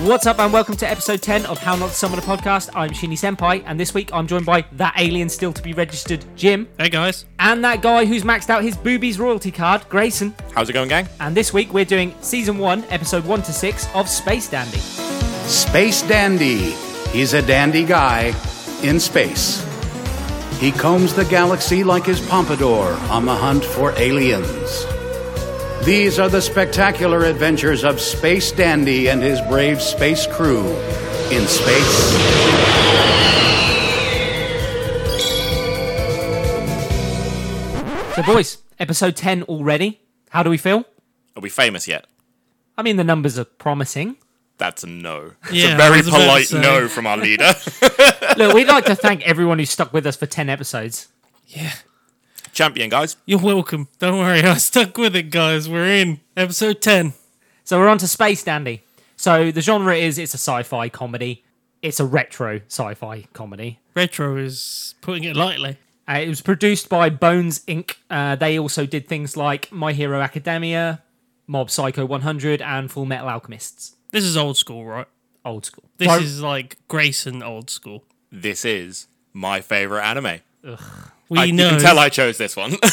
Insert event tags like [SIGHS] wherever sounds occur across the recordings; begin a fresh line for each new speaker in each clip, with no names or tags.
What's up, and welcome to episode 10 of How Not to Summon a Podcast. I'm Shinny Senpai, and this week I'm joined by that alien still to be registered, Jim,
Hey guys.
and that guy who's maxed out his boobies royalty card, Grayson.
How's it going, gang?
And this week we're doing season 1, episode 1 to 6 of Space Dandy.
Space Dandy. He's a dandy guy in space. He combs the galaxy like his pompadour on the hunt for aliens. These are the spectacular adventures of Space Dandy and his brave space crew in space.
So, boys, episode 10 already. How do we feel?
Are we famous yet?
I mean, the numbers are promising.
That's a no. it's
Yeah,
a
I
very
was about to
polite
say.
no from our leader. [LAUGHS]
Look, we'd like to thank everyone who stuck with us for 10 episodes.
Yeah.
Champion, guys.
You're welcome. Don't worry, I stuck with it, guys. We're in episode ten.
So we're on to Space Dandy. So the genre is it's a sci-fi comedy. It's a retro sci-fi comedy.
Retro is putting it lightly.
Uh, it was produced by Bones Inc. Uh, they also did things like My Hero Academia, Mob Psycho 100, and Full Metal Alchemists.
This is old school, right?
Old school.
This
Di-
is like Grayson old school.
This is my favorite anime.
We
I, you
know.
can tell I chose this one. [LAUGHS]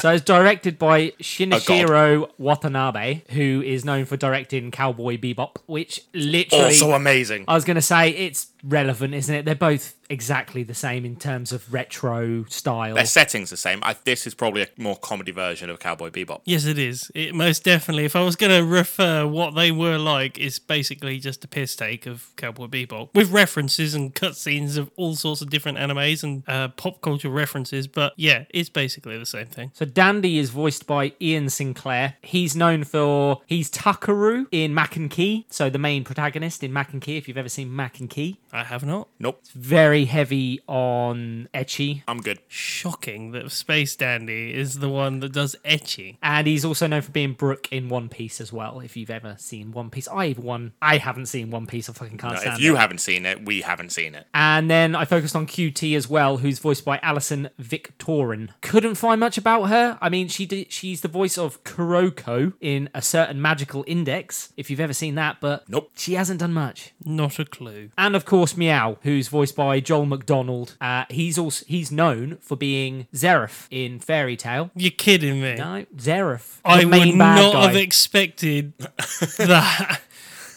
so it's directed by Shinichiro Watanabe, who is known for directing Cowboy Bebop, which literally.
also amazing.
I was going to say it's relevant, isn't it? They're both exactly the same in terms of retro style.
Their setting's the same. I, this is probably a more comedy version of Cowboy Bebop.
Yes, it is. It most definitely. If I was going to refer what they were like, it's basically just a piss take of Cowboy Bebop with references and cutscenes of all sorts of different animes and uh, pop culture references. But yeah, it's basically the same thing.
So Dandy is voiced by Ian Sinclair. He's known for he's Takaru in Mac and Key, so the main protagonist in Mac and Key. If you've ever seen Mac and Key,
I have not.
Nope.
very heavy on etchy,
I'm good.
Shocking that Space Dandy is the one that does etchy.
and he's also known for being Brook in One Piece as well. If you've ever seen One Piece, I've one I haven't seen One Piece. I fucking can't
No,
stand
if you
it.
haven't seen it, we haven't seen it.
And then I focused on QT as well, who's voiced by Alison Victorin. Couldn't find much about her. I mean, she did, she's the voice of Kuroko in a certain magical index, if you've ever seen that, but
Nope.
she hasn't done much.
Not a clue.
And of course, Meow, who's voiced by Joel McDonald. Uh, he's also he's known for being Xerath in Fairy Tale.
You're kidding me.
No, Xerath. the
I would
main bad
not
guy.
have expected that.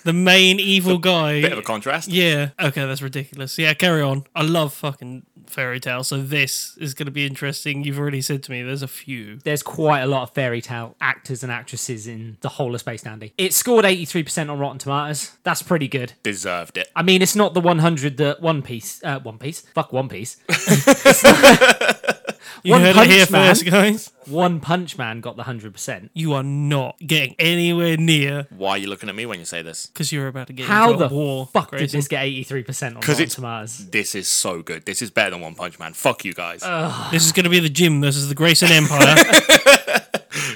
The main evil guy.
Bit of [LAUGHS] a contrast.
Yeah. Okay, that's ridiculous. Yeah, carry on. I love fucking fairy tale, so this is going to be interesting. You've already said to me there's a few.
there's quite a lot of fairy tale actors and actresses in the whole of Space Dandy. It scored 83% on Rotten Tomatoes. That's pretty good.
Deserved it.
I mean, it's not the 100 that One Piece, uh, One Piece, fuck One Piece,
You
One
heard
Punch
it here
Man.
first, guys.
One Punch Man got the 100%.
You are not getting anywhere near
Why are you looking at me when you say this?
because you're about to get
How
into
the
a war.
fuck did
Grayson.
this get 83% on
Because
Rotten
it's
Tomatoes?
this is so good. This is better than One Punch Man. Fuck you guys.
This is going to be the gym versus the
[LAUGHS]
Grayson Empire.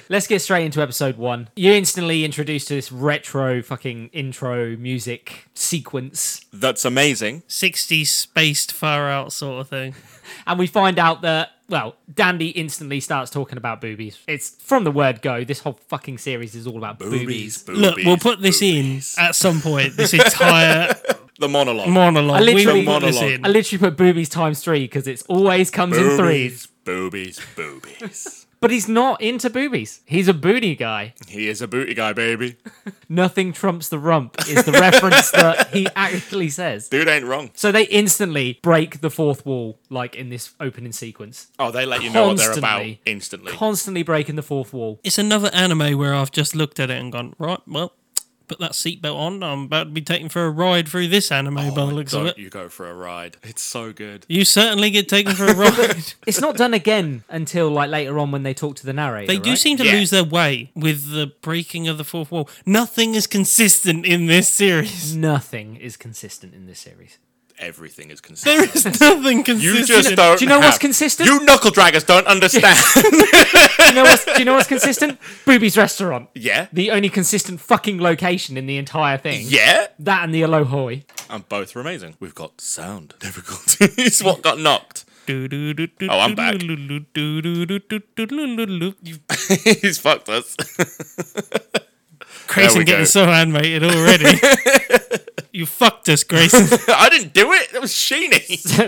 Let's get straight into episode one. You're instantly introduced to this retro fucking intro music sequence,
That's amazing.
60 spaced far out sort of thing.
and we find out that. Well, Dandy instantly starts talking about boobies. It's from the word go. This whole fucking series is all about boobies.
Boobies,
Look, we'll
boobies,
put this
boobies.
in at some point. This
[LAUGHS]
entire
The monologue.
monologue. We
literally-
will put this
Monologue.
in.
I literally put boobies times three because it's always comes in threes.
Boobies,
[LAUGHS]
boobies.
But he's not into boobies. He's a booty guy.
he is a booty guy, baby.
Nothing trumps the rump is the
[LAUGHS]
reference that he actually says.
Dude ain't wrong.
So they instantly break the fourth wall, like in this opening sequence.
Oh, they let you know what they're about
Constantly.
instantly.
Constantly breaking the fourth wall.
it's another anime where I've just looked at it and gone, right, well, put that seatbelt on. I'm about to be taken for a ride through this anime
Oh
by the looks of
Don't
it.
you go for a ride. It's so good.
You certainly get taken
[LAUGHS]
for a ride.
It's not done again until like later on when they talk to the narrator.
they do
right?
seem to
Yeah.
lose their way with the breaking of the fourth wall. Nothing is consistent in this series. [LAUGHS]
nothing is consistent in this series.
Everything is
There
consistent.
is nothing consistent.
You just don't.
do you know what's
have-
consistent?
You knuckle draggers
[LAUGHS]
don't understand.
Do you know what's, do you know what's
[LAUGHS]
consistent? Boobies restaurant.
yeah.
The only consistent fucking location in the entire thing.
Yeah.
That and the [LAUGHS] Alohoi.
And both were amazing. We've got sound difficulties. [LAUGHS] what got knocked? [LAUGHS]
Oh,
Oh, I'm
[LAUGHS]
back.
back.
He's fucked us.
Grayson
we go.
getting so animated already.
[LAUGHS]
you fucked us, Grayson.
[LAUGHS] I didn't do it. That
[LAUGHS]
was Sheeny.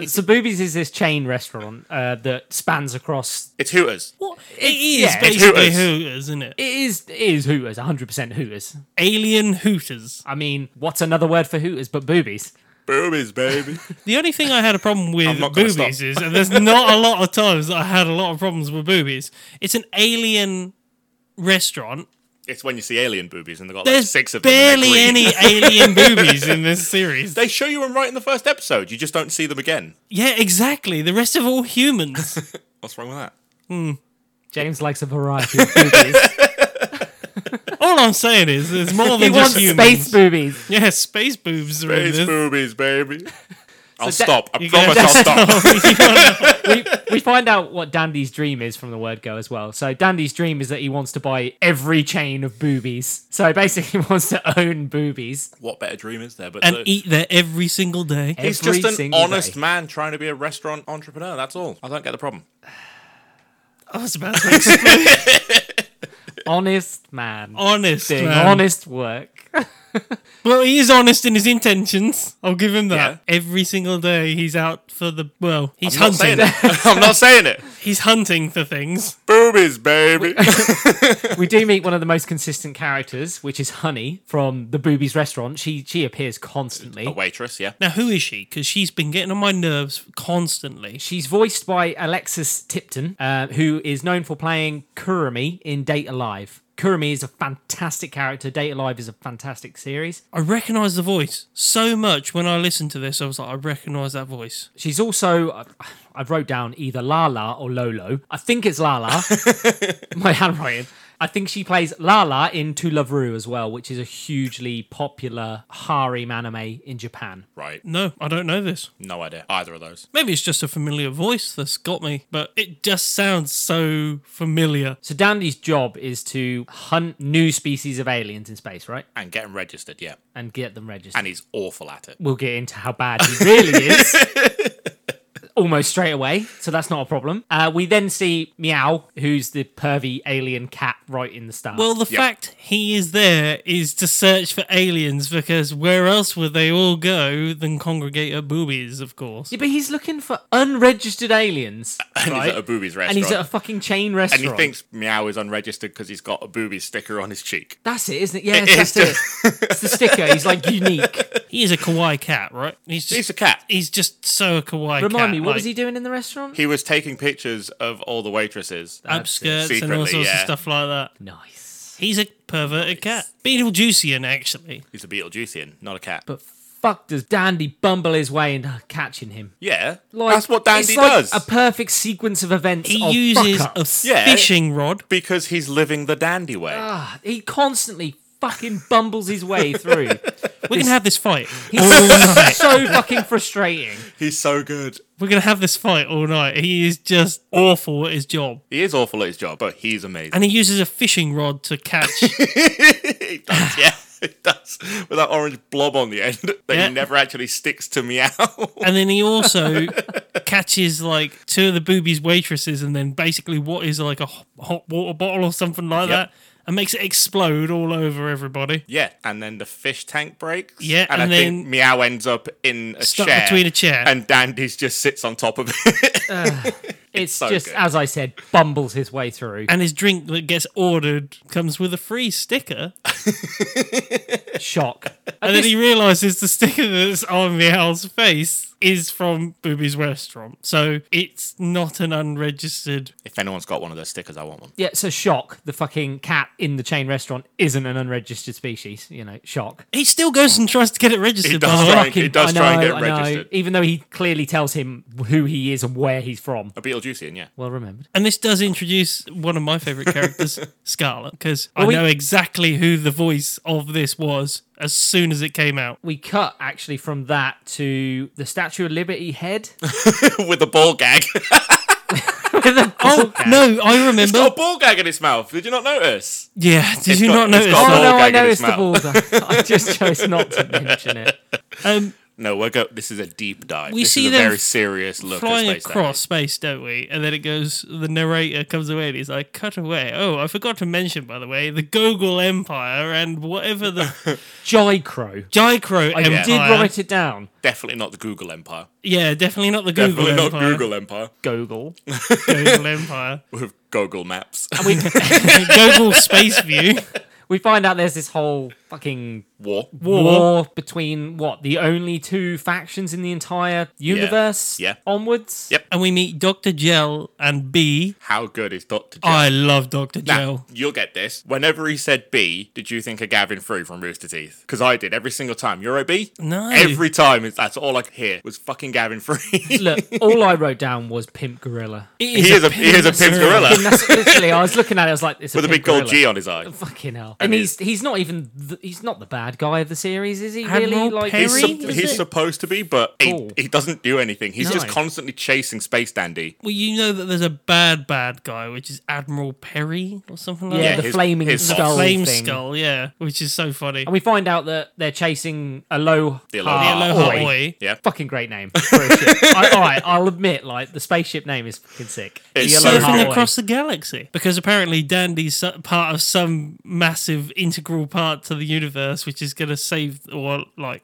Sabubi's is this chain restaurant uh, that spans across.
It's Hooters.
What
It is
it
basically
Hooters.
Hooters, isn't it?
is. It is Hooters, 100% Hooters.
Alien Hooters.
I mean, what's another word for Hooters but boobies?
Boobies, baby. [LAUGHS]
The only thing I had a problem with
not gonna
boobies
stop.
is, and there's not a lot of times that I had a lot of problems with boobies. It's an alien restaurant.
it's when you see alien boobies and they've got like
There's
six of them. and they're
barely
green.
any
[LAUGHS]
alien boobies in this series.
They show you them right in the first episode. You just don't see them again.
Yeah, exactly. The rest of all humans.
What's wrong with that?
James likes a variety
[LAUGHS]
of boobies.
All I'm saying is, there's more
he
than
wants
just humans.
space boobies.
Yeah, space boobs are in
Space
this.
boobies, [LAUGHS] baby. I'll
So that-
stop. I
You
promise
gotta-
I'll
[LAUGHS]
stop.
we, we find out what Dandy's dream is from the word go as well. So Dandy's dream is that he wants to buy every chain of boobies. So basically, [LAUGHS] he wants to own boobies.
what better dream is there? But
and
the-
eat there every single day.
he's
every
just an
single
honest
day.
man trying to be a restaurant entrepreneur. That's all. I don't get the problem.
I was about to say,
honest man
honest,
doing
man.
honest work.
Well, he is honest in his intentions. I'll give him that.
Yeah.
Every single day, he's out for the well. He's
I'm not saying
hunting.
it. [LAUGHS] I'm not
[LAUGHS]
saying it.
He's hunting for things.
Boobies, baby.
we do meet one of the most consistent characters, which is Honey from the Boobies restaurant. She she appears constantly.
[LAUGHS] a waitress, yeah.
Now, who is she? Because she's been getting on my nerves constantly.
She's voiced by Alexis Tipton, uh, who is known for playing Kurumi in Date Alive. Kurumi is a fantastic character. Date Alive is a fantastic series.
I recognise the voice so much when I listened to this. I was like, I recognise that voice.
She's also, I- I wrote down either Lala or Lolo. I think it's Lala. My handwriting. I think she plays Lala in To Love Ru as well, which is a hugely popular harem anime in Japan.
Right.
No, I don't know this.
No idea. Either of those.
Maybe it's just a familiar voice that's got me, but it just sounds so familiar.
So Dandy's job is to hunt new species of aliens in space, right?
And get him registered, yeah.
And get them registered.
And he's awful at it.
we'll get into how bad he really is [LAUGHS] almost straight away so that's not a problem uh, we then see meow who's the pervy alien cat right in the start
Well, the
Yeah.
fact he is there is to search for aliens because where else would they all go than congregate at boobies, of course.
yeah, but he's looking for unregistered [LAUGHS] aliens
And
right?
he's at a boobies restaurant.
and he's at a fucking chain
And
restaurant
he thinks Meow is unregistered because he's got a boobies sticker on his cheek.
that's it isn't it [LAUGHS] yes that's
is
it it's the sticker he's like [LAUGHS] unique
He is a kawaii cat, right? He's just
He's a cat.
he's just so a kawaii
remind
cat,
me what was he
like,
doing in the restaurant
He was taking pictures of all the waitresses.
Upskirts and all
Secretly,
sorts of
yeah.
stuff like that.
nice
He's a perverted cat. Beetlejuician, actually.
He's a Beetlejuician, not a cat.
but fuck does dandy bumble his way into catching him
yeah,
like,
that's what Dandy
it's like
does
a perfect sequence of events
He
of
uses a
fuck-ups.
Yeah.
fishing
[LAUGHS]
rod.
because he's living the dandy way.
He constantly fucking bumbles his way
[LAUGHS]
through.
We're gonna have this fight.
[LAUGHS] He's so fucking frustrating.
he's so good.
We're gonna have this fight all night. He is just awful at his job.
He is awful at his job, but he's amazing.
And he uses a fishing rod to catch
[LAUGHS]
he does, yeah. [LAUGHS] He does with that orange blob on the end [LAUGHS] that
Yeah.
he never actually sticks to meow. [LAUGHS]
and then he also catches like two of the boobies waitresses and then basically what is like a ho- hot water bottle or something like
Yep.
that and makes it explode all over everybody
yeah, and then the fish tank breaks.
Yeah,
and,
and
I
then-
think meow ends up in a
Stuck
chair
between a chair.
and Dandy's just sits on top of it. [LAUGHS]
It's
so
just,
good.
as I said, bumbles his way through.
and his drink that gets ordered comes with a free sticker
Shock.
[LAUGHS]
and then he realizes the sticker that's on Meow's face is from Booby's restaurant so it's not an unregistered
if anyone's got one of those stickers, I want one.
Yeah, so Shock, the fucking cat in the chain restaurant, isn't an unregistered species. You know, Shock.
he still goes and tries to get it registered
He
by
does
the way.
try and, he does
I know,
try and get
I know,
registered.
Even though he clearly tells him who he is and where he's from.
A Beetlejuician, yeah. [LAUGHS]
Well remembered.
And this does introduce one of my favorite
[LAUGHS]
characters, Scarlet, because I
we-
know exactly who the voice of this was as soon as it came out.
We cut actually from that to the Statue of Liberty
[LAUGHS]
head.
Oh, With a ball gag.
Oh no, I
It's
remember.
got a ball gag in its mouth. Did you not notice?
yeah, did
it's
you
got-
not
it's
notice?
Oh
got-
that?
no, [LAUGHS] I
gag in
know
his
it's the
mouth.
balls. I just chose not to mention it.
Um,
No, we're go. This is a deep dive.
We
this
see
is a
them
very serious look
flying
at space
across space, don't we? And then it goes. The narrator comes away and he's like, "Cut away." Oh, I forgot to mention, by the way, the Gogol Empire and
[LAUGHS]
whatever the
Jicro.
Oh,
Jicro
I
Empire.
did write it down.
Dive. Definitely not the Google Empire.
Yeah, definitely not the Google
Definitely
Empire.
not Google Empire
Gogol.
[LAUGHS] Gogol Empire.
with Google Maps. [LAUGHS]
We,
Gogol Space View. [LAUGHS]
we find out there's this whole fucking
War.
war, between what the only two factions in the entire universe.
Yeah.
Onwards.
Yep.
And we meet Dr. Gel and B.
How good is Doctor? Jekyll?
I love Dr.
Now,
Gel.
you'll get this. Whenever he said B, did you think of Gavin Free from Rooster Teeth? Because I did every single time. You're a B?
No.
Every time. it's- That's all I could hear was fucking Gavin Free.
Look, all I wrote down was pimp gorilla.
[LAUGHS]
He
he is a he is a pimp gorilla
And
[LAUGHS]
that's literally, I was looking at it. I was like, "This
with a big gold G on his eye.
Fucking hell! And
And
he's he's not even the, he's not the bad guy of the series, is he?
Admiral
really? Like
Perry?
He's,
Harry,
sup-
is
he's
it?
supposed to be, but he,
Cool.
he doesn't do anything. He's just
No.
constantly chasing Space Dandy.
Well, you know that there's a bad, bad guy, which is Admiral Perry or something like
yeah,
that.
the
his-
flaming
his
skull
Flame
thing.
Skull, yeah, which is so funny.
And we find out that they're chasing Aloha.
The
Ah,
Aloha
The Aloha Oi.
Yeah.
Fucking great name. for a ship.
[LAUGHS]
I, all right, I'll admit, like the spaceship name is fucking sick.
It's
The
so
Aloha
surfing
Oi.
across the galaxy because apparently Dandy's so- part of some massive integral part to the universe, which is going to save or like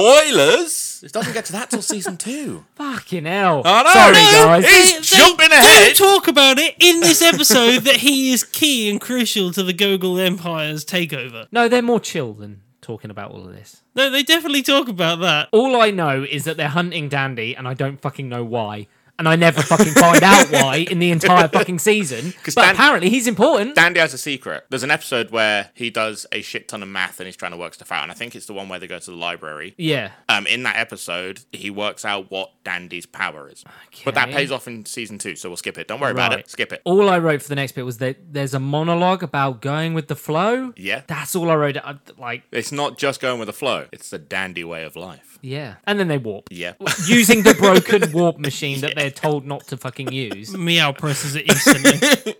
Spoilers! It doesn't get to that till season two.
Fucking hell!
[LAUGHS] I know,
Sorry,
no,
guys.
He's jumping ahead.
Don't talk about it in this episode that he is key and crucial to the Gogol Empire's takeover.
No, they're more chill than talking about all of this.
No, they definitely talk about that.
All I know is that they're hunting Dandy, and I don't fucking know why. And I never fucking
[LAUGHS]
find out why in the entire fucking season. But
Dan-
apparently he's important.
Dandy has a secret. There's an episode where he does a shit ton of math and he's trying to work stuff out, and I think it's the one where they go to the library.
yeah.
Um, in that episode, he works out what Dandy's power is, but that
Okay.
pays off in season two, so we'll skip it. Don't worry about
Right.
it. Skip it.
All I wrote for the next bit was that there's a monologue about going with the flow.
Yeah.
That's all I wrote. I, like,
It's not just going with the flow; it's the Dandy way of life.
yeah. And then they warp.
Yeah.
Using the
[LAUGHS]
broken warp machine that they're told not to fucking use.
Meow presses it [LAUGHS] instantly.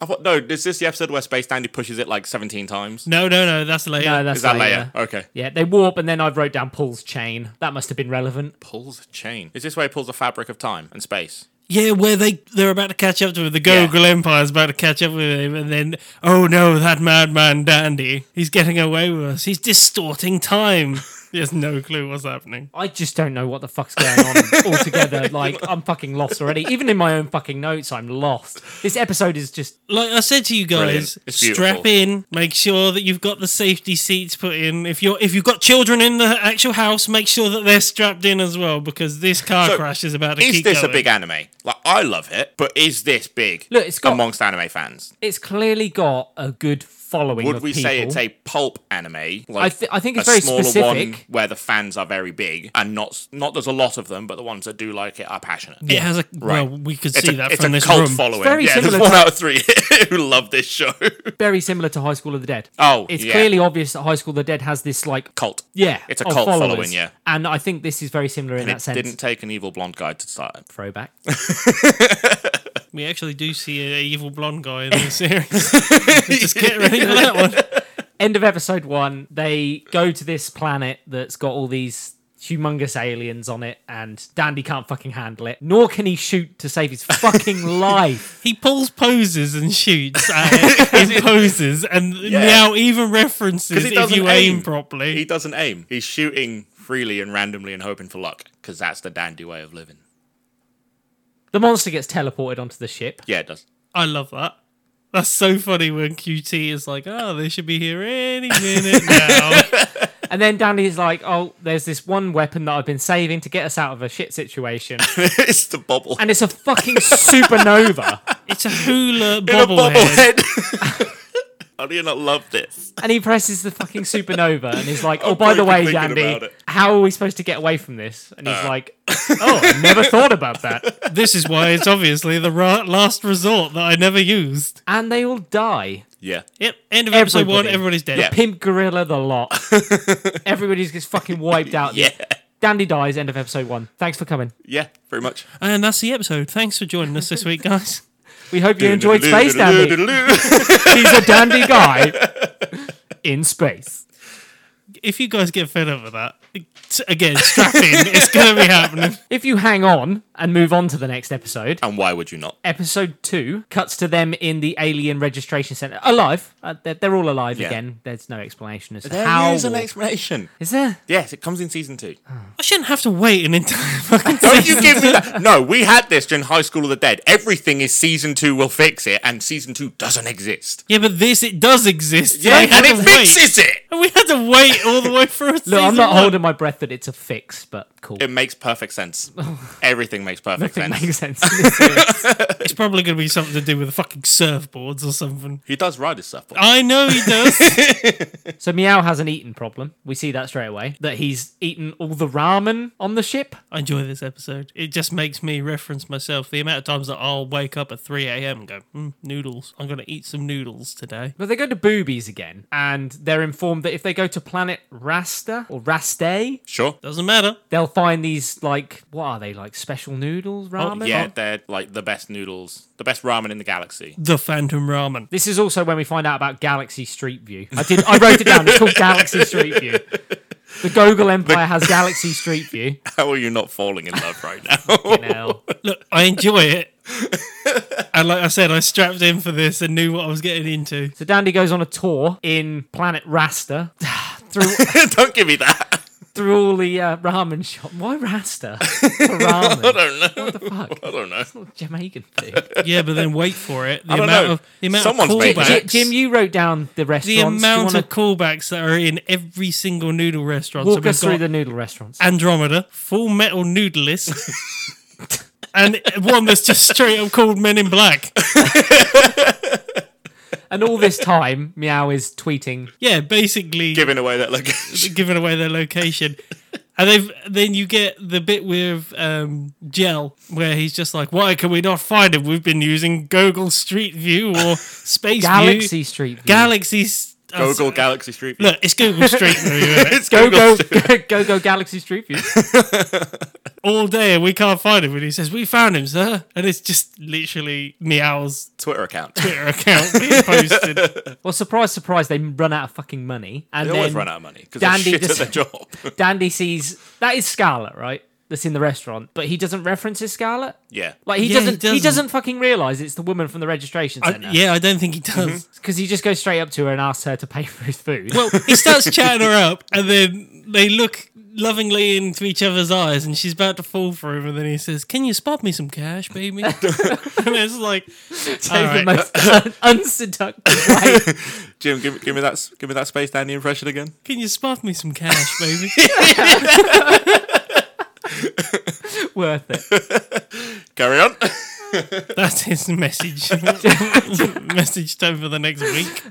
I thought, no, is this the episode where Space Dandy pushes it like 17 times?
no, no, no, that's later.
No, that's
Is that
later.
later? Okay.
Yeah, they warp, and then I wrote down Paul's chain. That must have been relevant.
Pulls a chain. Is this where he pulls the fabric of time and space?
yeah, where they they're about to catch up to him. The Gogol Empire's about to catch up with him, and then oh no, that madman Dandy, he's getting away with us. He's distorting time. [LAUGHS] he has no clue what's happening.
I just don't know what the fuck's going
[LAUGHS]
on altogether. Like, I'm fucking lost already. Even in my own fucking notes, I'm lost. This episode is just
Like I said to you guys,
Brilliant. It's beautiful.
strap in. Make sure that you've got the safety seats put in. If you're if you've got children in the actual house, make sure that they're strapped in as well because this car
So,
crash is about to
Is
keep
this
going.
a big anime? Like, I love it, but is this big
Look, it's got-
amongst anime fans?
it's clearly got a good following.
Would
of
we
people.
say it's a pulp anime? Like
I thi- I think it's
a
very
smaller one
specific.
where the fans are very big and not not there's a lot of them, but the ones that do like it are passionate.
It has a
Right.
well, we could
It's
see
a,
that
it's
from
a
this
cult
room.
following.
very
yeah,
similar
there's
to-
one out of three [LAUGHS] who love
[LAUGHS]
this show.
very similar to High School of the Dead?
Oh,
it's
yeah.
clearly obvious that High School of the Dead has this like
cult.
yeah,
It's a
of
cult
followers.
following, yeah.
and I think this is very similar in
And
that
it
sense.
didn't take an evil blonde guy to start it.
Throwback.
We actually do see an evil blonde
[LAUGHS]
guy in this series. [LAUGHS] Just get ready for that one.
[LAUGHS] End of episode one, they go to this planet that's got all these humongous aliens on it, and Dandy can't fucking handle it, nor can he shoot to
[LAUGHS]
save his fucking life.
He pulls poses and shoots at
[LAUGHS]
it in poses, and now even references
he
if
doesn't
you aim,
aim.
properly.
He doesn't aim. He's shooting freely and randomly and hoping for luck because that's the dandy way of living.
The monster gets teleported onto the ship.
Yeah, it does.
I love that. That's so funny when QT is like, oh, they should be here any minute
[LAUGHS]
now.
And then Dandy's like, oh, there's this one weapon that I've been saving to get us out of a shit situation.
[LAUGHS] it's the bubble. [LAUGHS]
And it's a fucking supernova.
it's a hula
In a
bobblehead.
[LAUGHS] How do you not love this?
And he presses the fucking supernova and he's like, oh,
I'm
by the
broken
way,
thinking about
Dandy,
it. Uh.
how are we supposed to get away from this? And he's
[LAUGHS]
like, oh, I never thought about that.
This is why it's obviously the ra- last resort that I never used.
And they all die.
Yeah.
Yep, end of episode one,
Everybody.
everybody's dead.
Yeah.
Pimp Gorilla the
[LAUGHS]
lot. Everybody just gets fucking wiped out.
Yeah.
Dandy dies, end of episode one. Thanks for coming.
Yeah, pretty much.
And that's the episode. Thanks for joining us this week, guys.
We hope you enjoyed Space
[LAUGHS]
Dandy. He's a dandy guy in space.
if you guys get fed up with that, it's- again, strap in. it's going to
[LAUGHS]
be happening.
If you hang on and move on to the next episode,
And why would you not?
episode two cuts to them in the alien registration center, alive. Uh, they're, they're all alive
Yeah.
again. There's no explanation as to
There is
how.
an explanation.
is there?
Yes, it comes in season two.
I shouldn't have to wait an entire fucking
[LAUGHS] Don't you give me that. No, we had this during High School of the Dead. Everything is season two will fix it, and season two doesn't exist.
Yeah, but this, it does exist.
Yeah,
I had
and it
to wait.
fixes it.
And we had to wait all the way through.
Look, I'm not holding my breath that it's a fix, but cool.
It makes
[LAUGHS]
perfect sense. Everything makes perfect
It
sense.
makes sense.
[LAUGHS]
in this series.
It's probably going to be something to do with the fucking surfboards or something.
He does ride his surfboard.
I know he
[LAUGHS]
does.
so Meow has an eating problem. We see that straight away. That he's eaten all the ramen on the ship.
I enjoy this episode. It just makes me reference myself. The amount of times that I'll wake up at 3 a.m. and go, mm, noodles. I'm going to eat some noodles today.
But they go to Boobies again, and they're informed that if they go to planet Rasta or Raste,
Sure.
Doesn't matter.
they'll find these like what are they like special noodles ramen?
Yeah, they're like the best noodles, the best ramen in the galaxy.
The Phantom Ramen.
This is also when we find out about Galaxy Street View. I did. I wrote it down. It's called Galaxy Street View. The Gogol Empire has Galaxy Street View.
[LAUGHS] How are you not falling in love right now?
Now,
Look, I enjoy it. and like I said, I strapped in for this and knew what I was getting into.
so Dandy goes on a tour in Planet Rasta [SIGHS] through
[LAUGHS] Don't give me that.
through all the uh, ramen shop. Why
[LAUGHS]
Rasta? For ramen.
I don't know.
Fuck.
[LAUGHS] I don't know.
Jamaican food.
Yeah, but then wait for it. The
don't
amount
know.
of the amount
Someone's
of
made
callbacks.
that.
Jim, you wrote down the
the
restaurants. Do you
amount
wanna
of callbacks that are in every single noodle restaurant.
walk
we've
us through
got
the noodle restaurants?
Andromeda, Full Metal Noodleist, [LAUGHS] and one that's just straight up called Men in Black.
And all this time, Meow is tweeting.
Yeah, basically
Giving away that location.
giving away their location. And they've, then you get the bit with um, Gel, where he's just like, "Why can we not find him? We've been using Google Street View or Space
Galaxy
View,
Street View.
Galaxy." s-
[LAUGHS]
oh,
Google
sorry.
Galaxy Street View.
Look, it's Google Street View isn't
[LAUGHS]
it?
It's
go,
Google
go,
Street-
go, go, Galaxy Street View.
all day, and we can't find him. And he says, "We found him, sir," and it's just literally meows
Twitter account.
Twitter account
[LAUGHS]
being posted.
Well, surprise, surprise, they run out of fucking money. And
They always
then
run out of money because they're
Dandy
shit
just-
at their
[LAUGHS]
job.
Dandy sees that is Scarlet, right? That's in the restaurant, but he doesn't reference his Scarlet.
[LAUGHS] yeah.
Like he
Yeah, he
doesn't, he doesn't.
doesn't.
fucking realize it's the woman from the registration
I-
center.
yeah, I don't think he
Mm-hmm.
does.
because he just goes straight up to her and asks her to pay for his food. [LAUGHS]
Well, he starts chatting her up, and then they look lovingly into each other's eyes, and she's about to fall for him. And then he says, "Can you spot me some cash,
[LAUGHS]
baby?" and it's like, all
Take the
right.
most un- unseductive way.
Jim, give, give me that s- give me that space Dandy impression again.
"Can you spot me some cash,
[LAUGHS]
baby?"
Worth it.
Carry on.
That's
[LAUGHS]
his message. message time for the next week.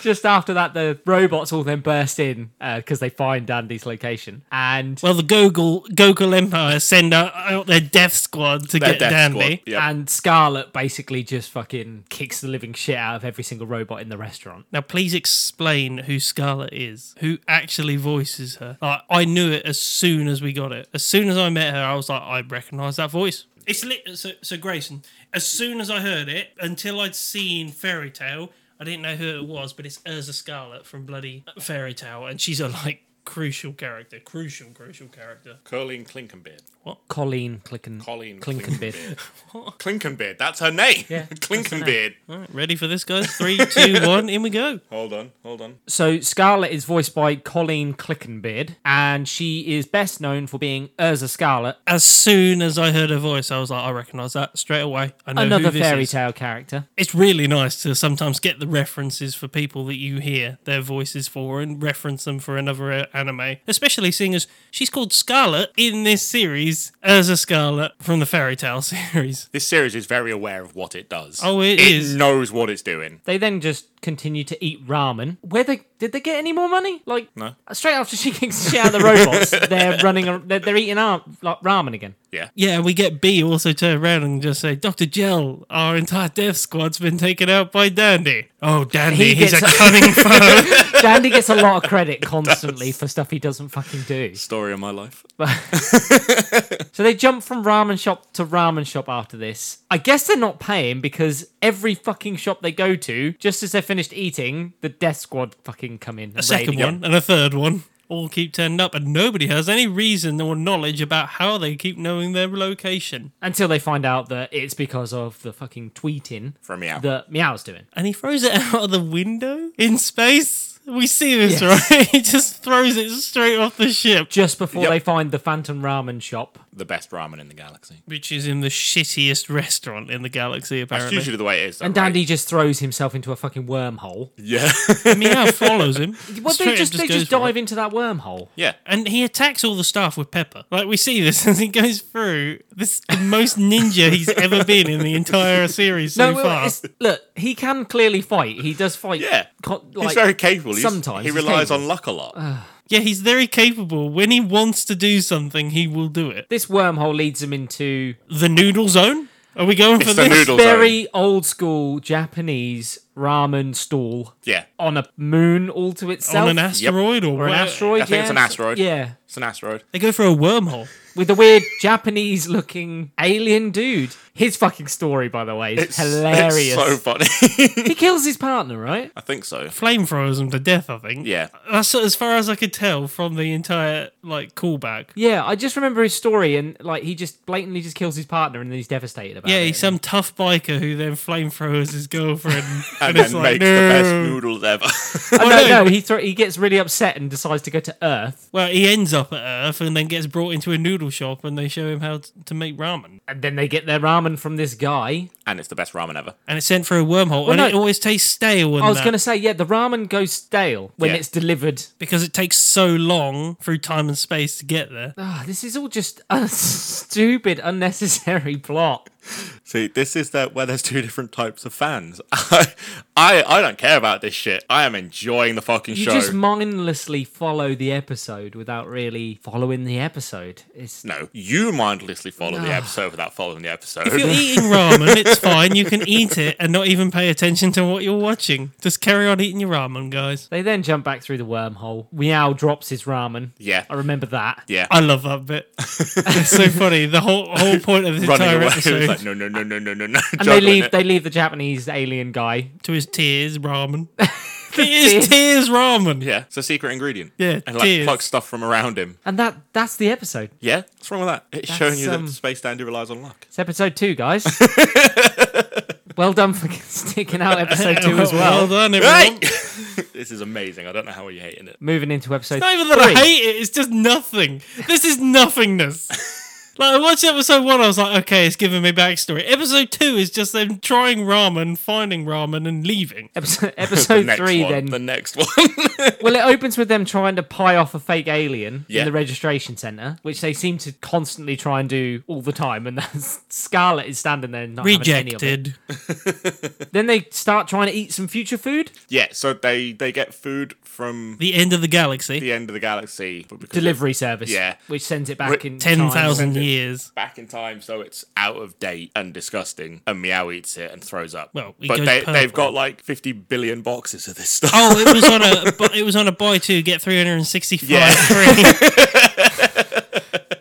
Just after that, the robots all then burst in because they find Dandy's location, and
Well, the Gogol Gogol Empire send out, out their death squad to
Their
get
death
Dandy.
squad. Yep.
and Scarlet basically just fucking kicks the living shit out of every single robot in the restaurant.
Now, please explain who Scarlett is, who actually voices her. Like, I knew it as soon as we got it. As soon as I met her, I was like, I recognise that voice. It's lit. So, so Grayson, as soon as I heard it, until I'd seen Fairy Tale, I didn't know who it was, but it's Urza Scarlett from bloody Fairy Tale, and she's a like crucial character, crucial, crucial character.
Colleen Klinkenbeard.
Colleen Clicken,
Colleen
Clinkenbid.
Klinkenbeard. That's her name. [LAUGHS]
Yeah,
Klinkenbeard.
All right, ready for this, guys?
[LAUGHS]
Three, two, one, in we go.
Hold on. Hold on.
So Scarlet is voiced by Colleen Clickenbeard, and she is best known for being Urza Scarlet,
As soon as I heard her voice, I was like, I recognise that straight away. I know
another
who this
fairy
is.
tale character.
it's really nice to sometimes get the references for people that you hear their voices for and reference them for another uh, anime, especially seeing as she's called Scarlet in this series as a Scarlet from the fairy tale [LAUGHS] series.
This series is very aware of what it does.
Oh, it
it
is.
knows what it's doing.
They then just continue to eat ramen. Where they did they get any more money? Like
No.
straight after she kicks the shit out of the
[LAUGHS]
robots, they're running. ar- They're, they're eating ar- like ramen again.
Yeah.
Yeah, we get B also turn around and just say, Dr. Gel, our entire death squad's been taken out by Dandy. Oh,
He
Dandy, he's a
gets- [LAUGHS]
cunning foe.
Dandy gets a lot of
[LAUGHS]
credit constantly for stuff he doesn't fucking do.
Story of my life.
So they jump from ramen shop to ramen shop after this. I guess they're not paying because every fucking shop they go to, just as they're finished eating, the death squad fucking Logan come in.
a second one and a third one all keep turning up, and nobody has any reason or knowledge about how they keep knowing their location.
Until they find out that it's because of the fucking tweeting
From Meow.
that Meow's doing.
And he throws it [LAUGHS] out of the window in space. We see this,
Yes.
right? [LAUGHS] He just throws it straight off the ship,
Just before
Yep.
they find the Phantom Ramen shop.
the best ramen in the galaxy.
which is in the shittiest restaurant in the galaxy,
That's
apparently.
usually the way it is. Though,
And
right?
Dandy just throws himself into a fucking wormhole. [LAUGHS]
Yeah.
Meow follows him.
Well,
straight
they
up
just, they
goes
just
for it.
dive into that wormhole.
yeah.
And he attacks all the staff with pepper. Like we see this [LAUGHS] as he goes through. This is the
[LAUGHS]
most ninja he's ever been in the entire series so
no, well,
far.
it's- look, he can clearly fight. He does fight.
Yeah.
co-
he's
like,
very capable. He's,
sometimes
he
he's
relies
capable. Uh,
on luck a lot.
Yeah, he's very capable. When he wants to do something, he will do it.
This wormhole leads them into
The noodle zone? Are we going for
It's the
this?
noodle zone.
very old school Japanese ramen stall
Yeah.
on a moon all to itself.
On an asteroid or
or an
where-
asteroid?
I think it's
yeah.
an asteroid.
Yeah.
It's an asteroid. [LAUGHS]
They go for a wormhole.
with a weird Japanese looking alien dude. His fucking story, by the way, is
It's
hilarious.
It's so funny. [LAUGHS]
he kills his partner, right?
I think so.
Flamethrowers him to death, I think.
Yeah.
That's as far as I could tell from the entire like callback.
Yeah, I just remember his story and like he just blatantly just kills his partner and then he's devastated about
Yeah,
it.
he's some tough biker who then flamethrowers his girlfriend,
[LAUGHS] And,
it's
then
like,
makes the best
"No."
noodles
[LAUGHS]
ever. [LAUGHS]
Oh,
Well,
no, no, he thro- he gets really upset and decides to go to Earth,
Well, he ends up at Earth and then gets brought into a noodle shop and they show him how t- to make ramen.
and then they get their ramen from this guy.
and it's the best ramen ever.
And it's sent for a wormhole and
no.
it always tastes stale and
I was
that,
going to say, yeah, the ramen goes stale when
Yeah.
it's delivered.
because it takes so long through time and space to get
[LAUGHS]
there.
Ah, this is all just a [LAUGHS] stupid, unnecessary plot.
See, this is that where there's two different types of fans. [LAUGHS] I, I, I don't care about this shit. I am enjoying the fucking
You
show.
just mindlessly follow the episode without really following the episode. It's
no, you mindlessly follow the episode without following the episode.
If you're eating ramen, it's fine. You can eat it and not even pay attention to what you're watching. Just carry on eating your ramen, guys.
They then jump back through the wormhole. Meow drops his ramen.
Yeah.
I remember that.
yeah.
I love that bit. it's so funny. The whole whole point of
[LAUGHS]
this
Running
entire
away. [LAUGHS] It's like,
episode
no, no, no, no, no, no, no.
And they
uh,
leave. They leave the Japanese alien guy.
to his tears
[LAUGHS]
ramen. it is tears ramen.
Yeah, it's a secret ingredient.
Yeah,
And like
tears.
pluck stuff from around him.
And that that's the episode.
Yeah, what's wrong with that? It's
That's,
showing you
um,
that Space Dandy relies on luck.
It's episode two,
[LAUGHS]
guys. well done for sticking out episode two as well.
Well done, everyone. [LAUGHS]
Right! [LAUGHS] this is amazing. I don't know how you're hating it.
Moving into episode
Not even that
three.
I hate it, it's just nothing. This
[LAUGHS]
is nothingness. Like I watched episode one, I was like, okay, it's giving me backstory. Episode two is just them trying ramen, finding ramen, and leaving. [LAUGHS]
Episode,
The
episode
next
three.
one.
Then
The next [LAUGHS] one.
Well, it opens with them trying to pie off a fake alien
Yeah.
in the registration centre, which they seem to constantly try and do all the time. And [LAUGHS] that's, Scarlet is standing there, and not having any of it.
Rejected.
Then they start trying to eat some future food
yeah, so they, they get food from
The end of the galaxy.
the end of the galaxy. but because
delivery service,
Yeah.
which sends it back
Ri-
in
Ten
time.
thousand
Rejected.
years.
it's Back in time, so it's out of date and disgusting. And Meow eats it and throws up.
Well, he
but
goes
they,
purple.
they've got like 50 billion boxes of this stuff.
Oh, it was on a [LAUGHS] bu- it was on a buy two get three hundred and sixty five
Yeah. [LAUGHS]
free.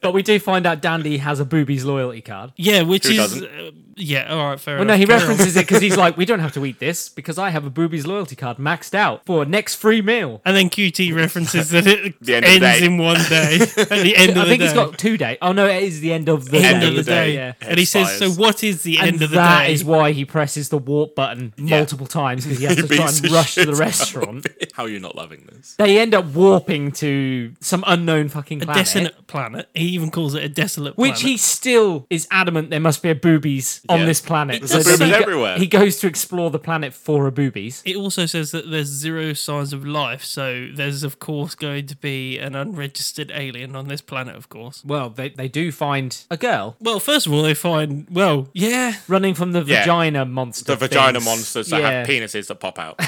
But we do find out Dandy has a boobies loyalty card.
Yeah, which
Who
is
doesn't?
uh, yeah. All right, fair
Well, no,
enough.
he
Carry on.
references it because he's like, we don't have to eat this because I have a boobies loyalty card maxed out for next free meal.
And
[LAUGHS]
then QT references that it
The end of the
ends
day.
in one day. At the end of
I
the
think
day.
he's got two days. Oh, no, it is the end of the
end
day.
of the day.
Yeah.
And he says, "So
Expires.
what is the
And
end of the
that
day?"
is why he presses the warp button multiple times because he
[LAUGHS]
has
You
to try
piece
and
of
rush to the
shit.
restaurant.
[LAUGHS] How are you not loving this?
They end up warping to some unknown fucking planet,
desolate planet. He even calls it a desolate
which
planet.
he still is adamant there must be a boobies on
Yeah.
this planet.
There's
then
boobies
he go-
everywhere.
He goes to explore the planet for a boobies.
It also says that there's zero signs of life, so there's of course going to be an unregistered alien on this planet, of course.
Well, they, they do find a girl
Well, first of all, they find well, yeah,
running from the
Yeah.
vagina monster.
The vagina
things.
monsters that have penises that pop [LAUGHS] out.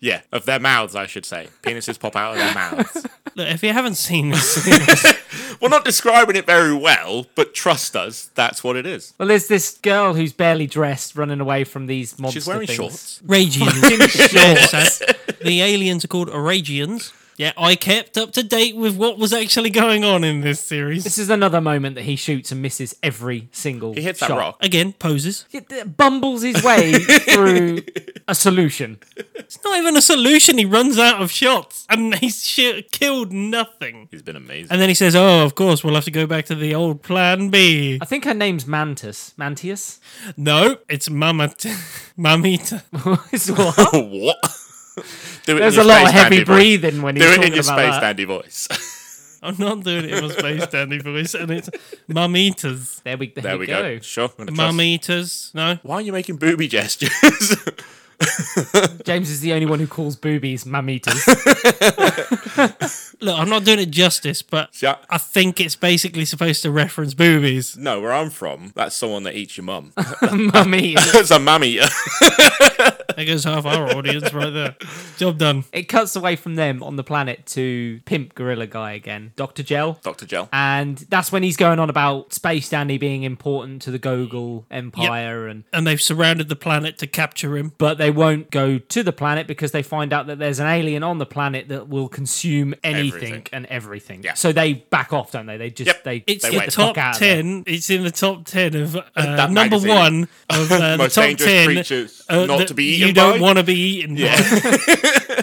yeah, of their mouths, I should say. Penises pop out of their [LAUGHS] mouths.
look, if you haven't seen this,
We're not describing it very well, but trust us, that's what it is.
Well, there's this girl who's barely dressed running away from these monster
She's wearing
things.
shorts.
Ragians. Yes. the aliens are called Aragians. Yeah, I kept up to date with what was actually going on in this series.
This is another moment that he shoots and misses every single
He hits
shot. uh,
that rock.
Again, poses.
[LAUGHS]
It- it bumbles his way through a solution.
It's not even a solution. He runs out of shots and he's sh- killed nothing.
He's been amazing.
And then he says, "Oh, of course, we'll have to go back to the old Plan B."
I think her name's Mantis. Mantius? [LAUGHS]
No, it's Mama, t- [LAUGHS] Mamita.
It's what?
[LAUGHS] [LAUGHS] what? Do it in
There's
your
a lot of
space,
heavy
Dandy boy.
breathing when he's
Do it
talking
in your
about
space,
that.
Dandy voice. [LAUGHS]
I'm not doing it in my space dandy voice, and it's Mamitas.
There we, there
There
we
we
go.
go. Sure. I'm gonna trust-
Mamitas. No,
Why are you making booby gestures? [LAUGHS]
James is the only one who calls boobies
[LAUGHS]
mammitas.
look, I'm not doing it justice, but
Yeah.
I think it's basically supposed to reference boobies.
no, where I'm from, that's someone that eats your [LAUGHS] mum.
Mammitas.
That's a mammy. [LAUGHS]
That goes half our audience right
[LAUGHS]
there. Job done.
It cuts away from them on the planet to Pimp Gorilla Guy again, Dr. Gel.
Dr. Gel.
And that's when he's going on about Space Dandy being important to the Gogol Empire and
And they've surrounded the planet to capture him.
but they won't go to the planet because they find out that there's an alien on the planet that will consume anything
Everything.
and everything.
Yeah.
So they back off, don't they? They just
Yep.
they
It's
they
the
wait the
top
fuck out of there.
ten. It's in the top ten of uh,
that
number
magazine.
one of
[LAUGHS]
uh, the
Most
top
dangerous
ten. uh,
creatures not
that
to be
You
eaten
don't
by.
want to be eaten. Yeah.
[LAUGHS]
By. [LAUGHS]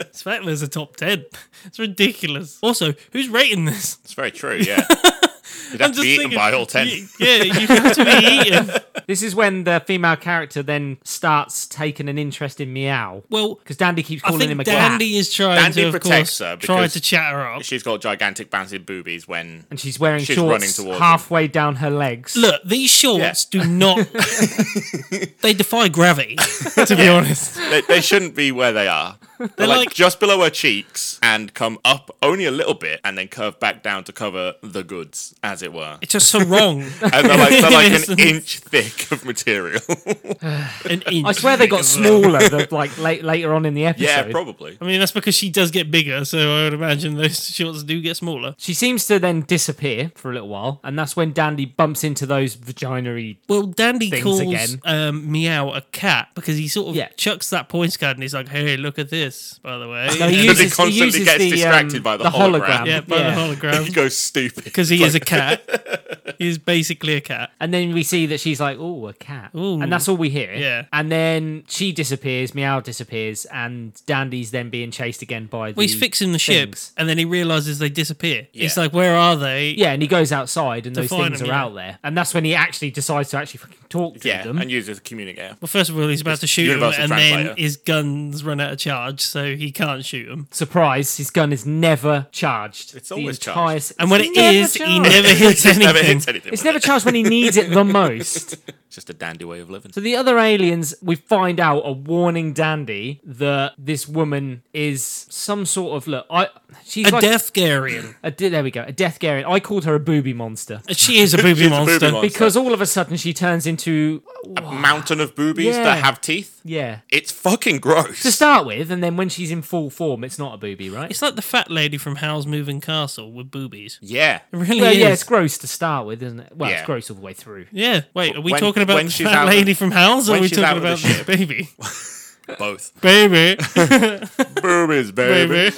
it's fact there's a top ten. It's ridiculous. Also, who's rating this? [LAUGHS]
It's very true, [LAUGHS] yeah. You'd have to be eaten by all ten.
y- Yeah, you have to be
[LAUGHS]
eaten.
This is when the female character then starts taking an interest in Meow.
Well,
because Dandy keeps
I
calling him
think
a
Dandy
cat,
is trying
Dandy
to, of
protects
course,
her
try
because
to chat her up.
She's got gigantic bouncing boobies when
and she's wearing
she's running
shorts
towards him.
halfway down her legs.
Look, these shorts do
[LAUGHS]
not. they defy gravity, to be honest.
they, they shouldn't be where they are. They're, like,
like-
just below her cheeks and come up only a little bit and then curve back down to cover the goods, as it were.
It's just so wrong.
And they're like, they're like an
Innocent.
inch thick of material.
An inch.
I swear they
[LAUGHS]
got smaller, the, like late, later on in the episode.
yeah, probably.
I mean, that's because she does get bigger, so I would imagine those shorts do get smaller.
She seems to then disappear for a little while, and that's when Dandy bumps into those
[LAUGHS]
vagina-y.
Well, Dandy
Things
calls
again.
Um, Meow a cat because he sort of
Yeah.
chucks that points card and he's like, hey, look at this, by the way.
[LAUGHS] No, he
Because he
uses-
constantly
uses
gets
the, um,
distracted by the,
the hologram.
hologram.
yeah, by
Yeah.
He
the
[LAUGHS]
hologram.
goes stupid.
Um, Because he is a cat. he is basically a cat.
And then we see that she's like, "Oh, a cat,"
Ooh.
and that's all we hear.
Yeah.
And then she disappears. Meow disappears, and Dandy's then being chased again by. The
Well, he's fixing the ship
things.
and then he realizes they disappear.
Yeah.
He's like, where are they?
Yeah, and he goes outside, and those
find
things
them,
are
yeah.
out there, and that's when he actually decides to actually fucking talk to
Yeah,
them.
and uses a communicator.
Well, first of all, he's about to shoot him,
universal
and then
translator.
his guns run out of charge, so he can't shoot him.
Surprise! His gun is never charged.
It's
The
always
entire-
charged.
And when
It's
it
never
is, he
charged.
[LAUGHS]
never hits anything.
Never hits anything.
It's
with
never charged when he needs it the most.
it. Just a dandy way of living.
So the other aliens, we find out, are warning Dandy that this woman is some sort of look. I she's
A
like
death Garian.
A, de- there we go. A death Garian. I called her a booby monster
She is
[LAUGHS]
a
She's
booby
a booby
monster.
monster.
because all of a sudden she turns into
Mountain of boobies
Yeah.
that have teeth.
yeah.
It's fucking gross.
To start with, and then when she's in full form, it's not a booby, right?
It's like the fat lady from Howl's Moving Castle with boobies.
yeah.
It really
Well,
is.
yeah, it's gross to start with, isn't it? Well, it's
Yeah.
gross all the way through.
Yeah. Wait, are we
When-
talking about
when
the
she's
fat
out of-
lady from Howl's, or are
when
we
she's
talking
out
about
of the
the baby?
Both. [LAUGHS]
baby.
boobies,
baby.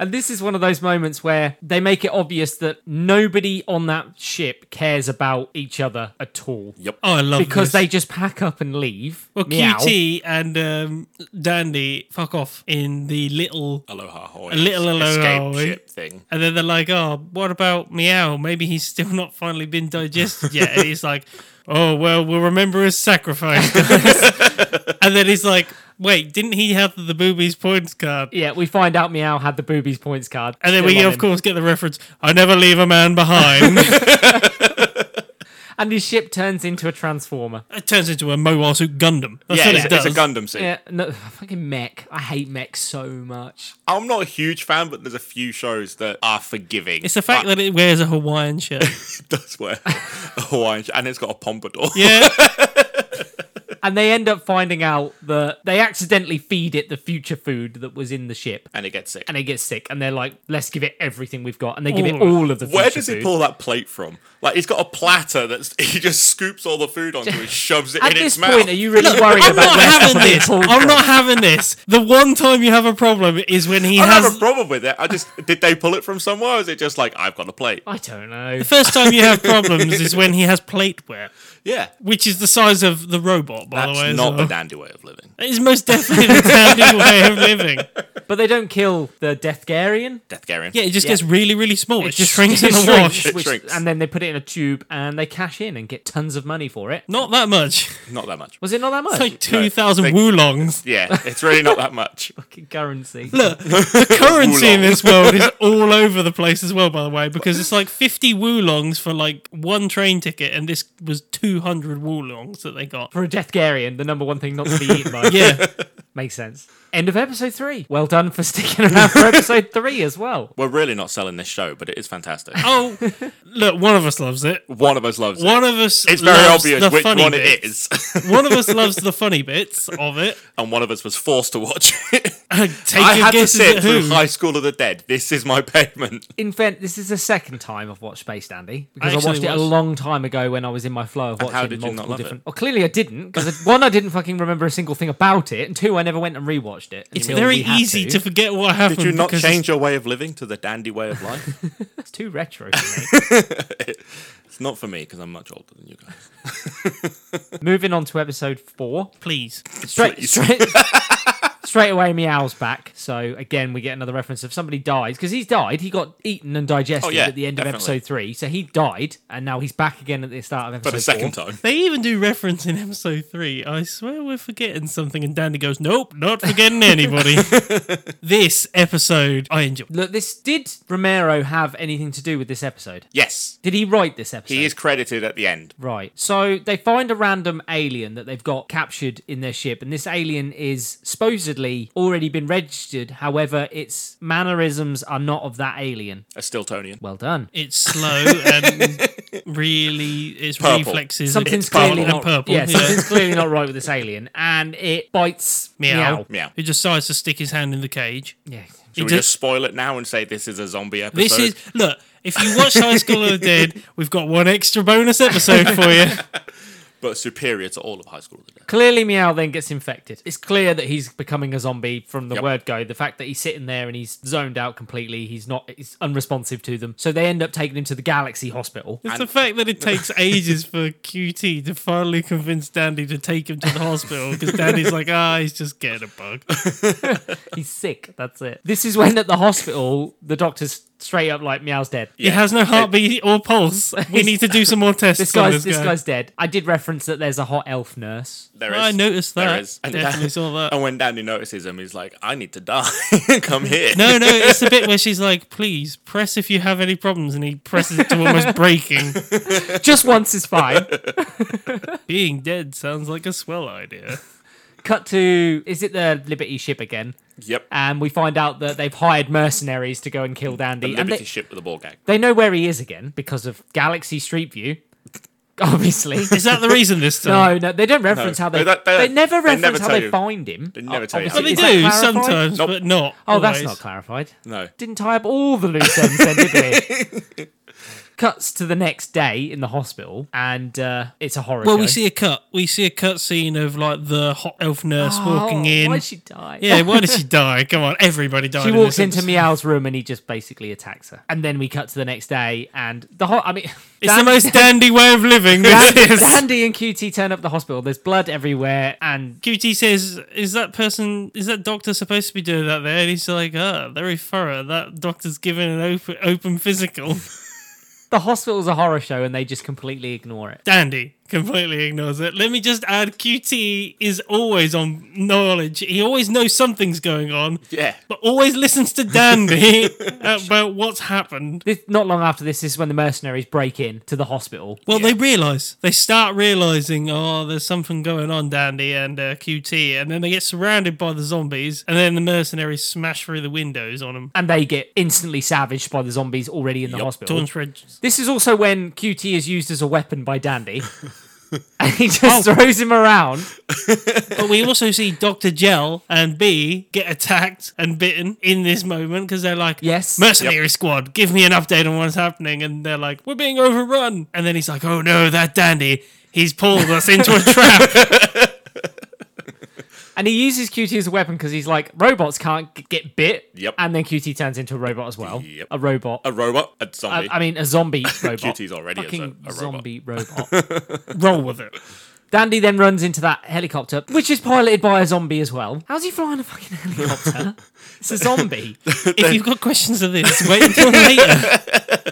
And this is one of those moments where they make it obvious that nobody on that ship cares about each other at all.
Oh, I love
Because
this.
they just pack up and leave.
Well,
Meow.
QT and um, Dandy fuck off in the little.
Aloha Hoi.
A little aloha
Escape
hoi.
ship thing.
And then they're like, oh, what about Meow? Maybe he's still not finally been digested yet. and he's like, oh, well, we'll remember his sacrifice, guys.
[LAUGHS]
and then he's like, wait, didn't he have the boobies points card?
Yeah, we find out Meow had the boobies points card.
And then
still
we,
on
of
him.
course, get the reference I never leave a
[LAUGHS]
man behind. it
And his ship turns into a transformer.
turns into a mobile suit Gundam. That's
Yeah,
what
it's,
it does.
it's a Gundam suit.
Yeah, no, fucking mech. I hate mech so much.
I'm not a huge fan, but there's a few shows that are forgiving.
It's the fact that it wears a
[LAUGHS]
Hawaiian shirt.
it does wear a Hawaiian sh- and it's got a pompadour.
Yeah.
And they end up finding out that they accidentally feed it the future food that was in the ship.
[LAUGHS] And it gets sick.
And it gets sick, and they're like, let's give it everything we've got. And they give it
All of it.
all of the future
Where does he
food.
pull that plate from? Like he's got a platter that's [LAUGHS] he just scoops all the food onto
[LAUGHS]
and shoves it
At
in
this
its mouth.
point, are you really worried
I'm
about
not
where
[LAUGHS]
having
something
this.
pulled
I'm
from?
not having this. The one time you have a problem is when he
I don't have
has
a problem with it. I just [LAUGHS] did they pull it from somewhere? Or is it just like I've got a plate?
I don't know.
First time you have problems is when he has plateware.
Yeah.
which is the size of the robot, by
That's
the way.
not
as
the
well.
dandy way of living.
It's most definitely the dandy way
[LAUGHS]
of living.
But they don't kill the Deathgarian.
Death Garion.
Yeah, it just gets really, really small. It,
[LAUGHS]
just
sh-
shrinks
it
in the
shrinks,
wash.
It
which-
shrinks.
And then they put it in a tube and they cash in and get tons of money for it.
Not
[LAUGHS]
that much.
Not that much.
Was it not that much?
It's like 2,000
Big-
wulongs.
Yeah, it's really not that much.
Fucking currency.
The [LAUGHS] currency in this
[LAUGHS]
world is all over the place as well, by the way, because it's like 50 wulongs for like one train ticket, and this was 200 wulongs that they got.
For a Deathgarian, the number one thing not to be eaten by.
Yeah.
[LAUGHS] Makes sense. End of episode three. Well done for [LAUGHS] sticking around for episode three as well.
We're really not selling this show, but it is fantastic. [LAUGHS]
Oh, look, one of us loves it.
One of us loves
One
it.
of us.
It's very
loves
obvious
the
which
funny
one it
bits.
is. [LAUGHS]
One of us loves the funny bits of it.
and one of us was forced to watch it.
[LAUGHS]
[LAUGHS]
Take
I
your
had to
guesses
sit
at
through
who.
High School of the Dead. This is my
[LAUGHS]
payment.
In fact, this is the second time I've watched Space Dandy because
I
I,
actually
watched it a
was.
long time ago when I was in my flow of watching
how did you
multiple
not love it?
different. Well, clearly I didn't because one, I didn't fucking remember a single thing about it, and two, I never went and rewatched it.
It's
until
very
we had
easy to. forget what happened.
Did you not
because
change your way of living to the dandy way of life?
It's too retro. For me.
[LAUGHS] it's not for me because I'm much older than you
[LAUGHS]
guys.
Moving on to episode four.
Please.
Straight,
[LAUGHS]
straight, straight away, meows back. So again, we get another reference of somebody dies because he's died. He got eaten and digested
Oh, yeah,
at the end
definitely.
of episode three, so he died, and now he's back again at the start of episode.
But a second time.
They even do reference in episode three. I swear we're forgetting something, and Dandy goes, "Nope, not
[LAUGHS]
forgetting anybody." this episode, I enjoy.
Look, this did Romero have anything to do with this episode?
Yes.
Did he write this episode?
He is credited at the end.
Right. So they find a random alien that they've got captured in their ship, and this alien is supposedly already been registered. However, its mannerisms are not of that alien.
A Stiltonian.
Well done.
It's slow
[LAUGHS]
and really, its
Purple.
reflexes. are
Something's
purple
clearly
and
not
purple.
Yeah, something's clearly not right with this alien, and it bites
meow.
meow.
Meow.
Who decides to stick his hand in the cage?
Yeah.
Should we
does-
just spoil it now and say this is a zombie episode?
This is look. If you watch High School of the Dead, we've got one extra bonus episode for you.
[LAUGHS] But superior to all of High School of the Dead.
Clearly, meow then gets infected. It's clear that he's becoming a zombie from the
Yep.
word go. The fact that he's sitting there and he's zoned out completely, he's not, he's unresponsive to them. So they end up taking him to the Galaxy Hospital.
It's the
[LAUGHS]
fact that it takes ages for QT to finally convince Dandy to take him to the hospital because Dandy's like, ah, he's just getting a bug.
He's sick. That's it. This is when at the hospital, the doctor's straight up like, meow's dead.
He has no heartbeat or
[LAUGHS]
pulse. We need to do some more tests.
This
on
guy's, this
guy.
guy's dead. I did reference that there's a hot elf
[LAUGHS]
nurse.
There is.
I noticed that.
There is.
Definitely saw
[LAUGHS]
that.
And when Dandy notices him, he's like, I need to die. [LAUGHS] Come here.
No, no, it's the bit where she's like, please press if you have any problems. And he presses it to
[LAUGHS]
almost breaking.
Just once is fine.
Being dead sounds like a swell idea.
Cut to, is it the Liberty ship again?
Yep.
Um,
and we find out that they've hired mercenaries to go and kill Dandy. And
Liberty
they,
ship with a ball gag.
they know where he is again because of Galaxy Street View, [LAUGHS] obviously.
Is that the reason this time?
No, no, they don't reference
No.
how they.
They
They,
don't- they don't-
never
they
reference
never
how
tell
they
you.
find him.
They never tell you how
But
Obviously,
they
is that
do
clarified?
sometimes,
Nope.
but not.
Oh, that's
always.
not clarified.
No.
Didn't tie up all the loose ends, then, did we?
[LAUGHS]
Cuts to the next day in the hospital, and uh, it's a horror.
Well,
show.
we see a cut. We see a cut scene of like the hot elf nurse walking
Oh,
in.
Why'd she die?
Yeah, why did she die? Come on, everybody died.
She
in
walks
this
into
episode.
Meow's room and he just basically attacks her. And then we cut to the next day and the whole. I mean,
It's the most dandy way of living.
[LAUGHS]
This
Dan-
is.
Dandy and QT turn up at the hospital. There's blood everywhere, and
QT says, "Is that person? Is that doctor supposed to be doing that there?" And he's like, "Ah, very thorough. That doctor's given an open open physical." [LAUGHS]
the hospital's a horror show, and they just completely ignore it.
Dandy completely ignores it. Let me just add, QT is always on knowledge. He always knows something's going on,
Yeah.
but always listens
[LAUGHS]
to Dandy about what's happened.
This, not long after this is when the mercenaries break in to the hospital.
Well, they realise. They start realising, oh, there's something going on, Dandy and uh, QT. And then they get surrounded by the zombies. And then the mercenaries smash through the windows on them.
And they get instantly savaged by the zombies already in the hospital.
Torn shreds.
This is also when QT is used as a weapon by Dandy. [LAUGHS] and he just throws him around.
But we also see Dr. Gel and B get attacked and bitten in this moment because they're like,
Yes.
Mercenary squad, give me an update on what's happening. And they're like, we're being overrun. And then he's like, oh no, that Dandy, he's pulled us into a trap.
And he uses QT as a weapon because he's like, robots can't g- get bit.
Yep.
And then QT turns into a robot as well.
Yep.
A robot.
A robot, a
I
zombie.
I mean, a
[LAUGHS]
zombie robot.
QT's already a zo-
Fucking
a robot.
zombie robot. [LAUGHS]
Roll with it.
Dandy then runs into that helicopter, which is piloted by a zombie as well. How's he flying a fucking
[LAUGHS]
helicopter? it's a zombie.
If you've got questions of this, wait until later.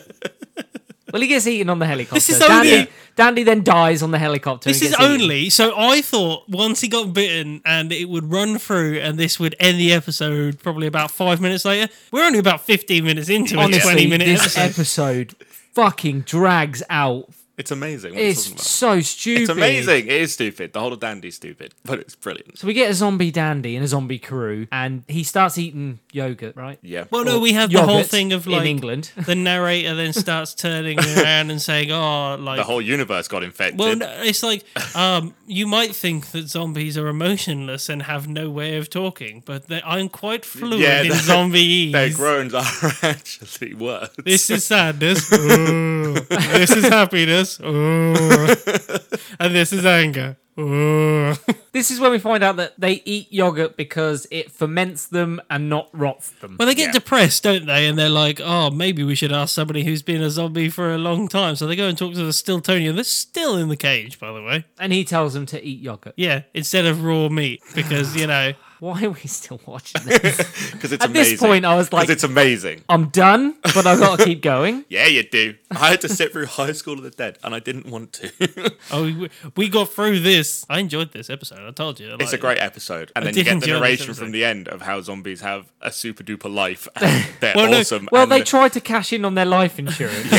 Well, he gets eaten on the helicopter.
is
Dandy,
only-
Dandy then dies on the helicopter.
This
and
is
gets eaten.
only so I thought once he got bitten and it would run through and this would end the episode probably about five minutes later. We're only about fifteen minutes into a
Honestly,
twenty minute
this
episode.
episode fucking drags out.
it's amazing. What are you talking
It's
about?
so stupid.
It's amazing. It is stupid. The whole of Dandy's stupid, but it's brilliant.
So we get a zombie dandy and a zombie crew, and he starts eating yogurt, right?
Yeah.
well, no, we have the
Yogurt
whole thing of like
Oh, in England. [LAUGHS]
the narrator then starts turning around and saying, "Oh, like
the whole universe got infected.
Well, no, it's like um, you might think that zombies are emotionless and have no way of talking, but they- I'm quite fluent
Yeah,
in
[LAUGHS]
they- Their
zombies.
groans are [LAUGHS] actually worse.
This is sadness. Ooh. This is happiness. Ooh. And this is anger. Ooh.
This is when we find out that they eat yogurt because it ferments them and not rots them.
Well, they get
Yeah.
depressed, don't they? And they're like, oh, maybe we should ask somebody who's been a zombie for a long time. So they go and talk to the Stiltonian. They're still in the cage, by the way.
And he tells them to eat yogurt.
Yeah, instead of raw meat, because, you know.
Why are we still watching this?
Because [LAUGHS] it's
At this
amazing.
point, I was like-
'Cause it's amazing.
I'm done, but I've got to keep
[LAUGHS]
going.
Yeah, you do. I had to sit through High School of the Dead, and I didn't want to. [LAUGHS]
Oh, we, we got through this. I enjoyed this episode. I told you.
it's a
like-
great episode, and
I
then you get
did
the
enjoy this
narration
episode.
from the end of how zombies have a super duper life. And they're
Well, no,
awesome.
Well,
and
they
the-
tried to cash in on their life
[LAUGHS]
insurance.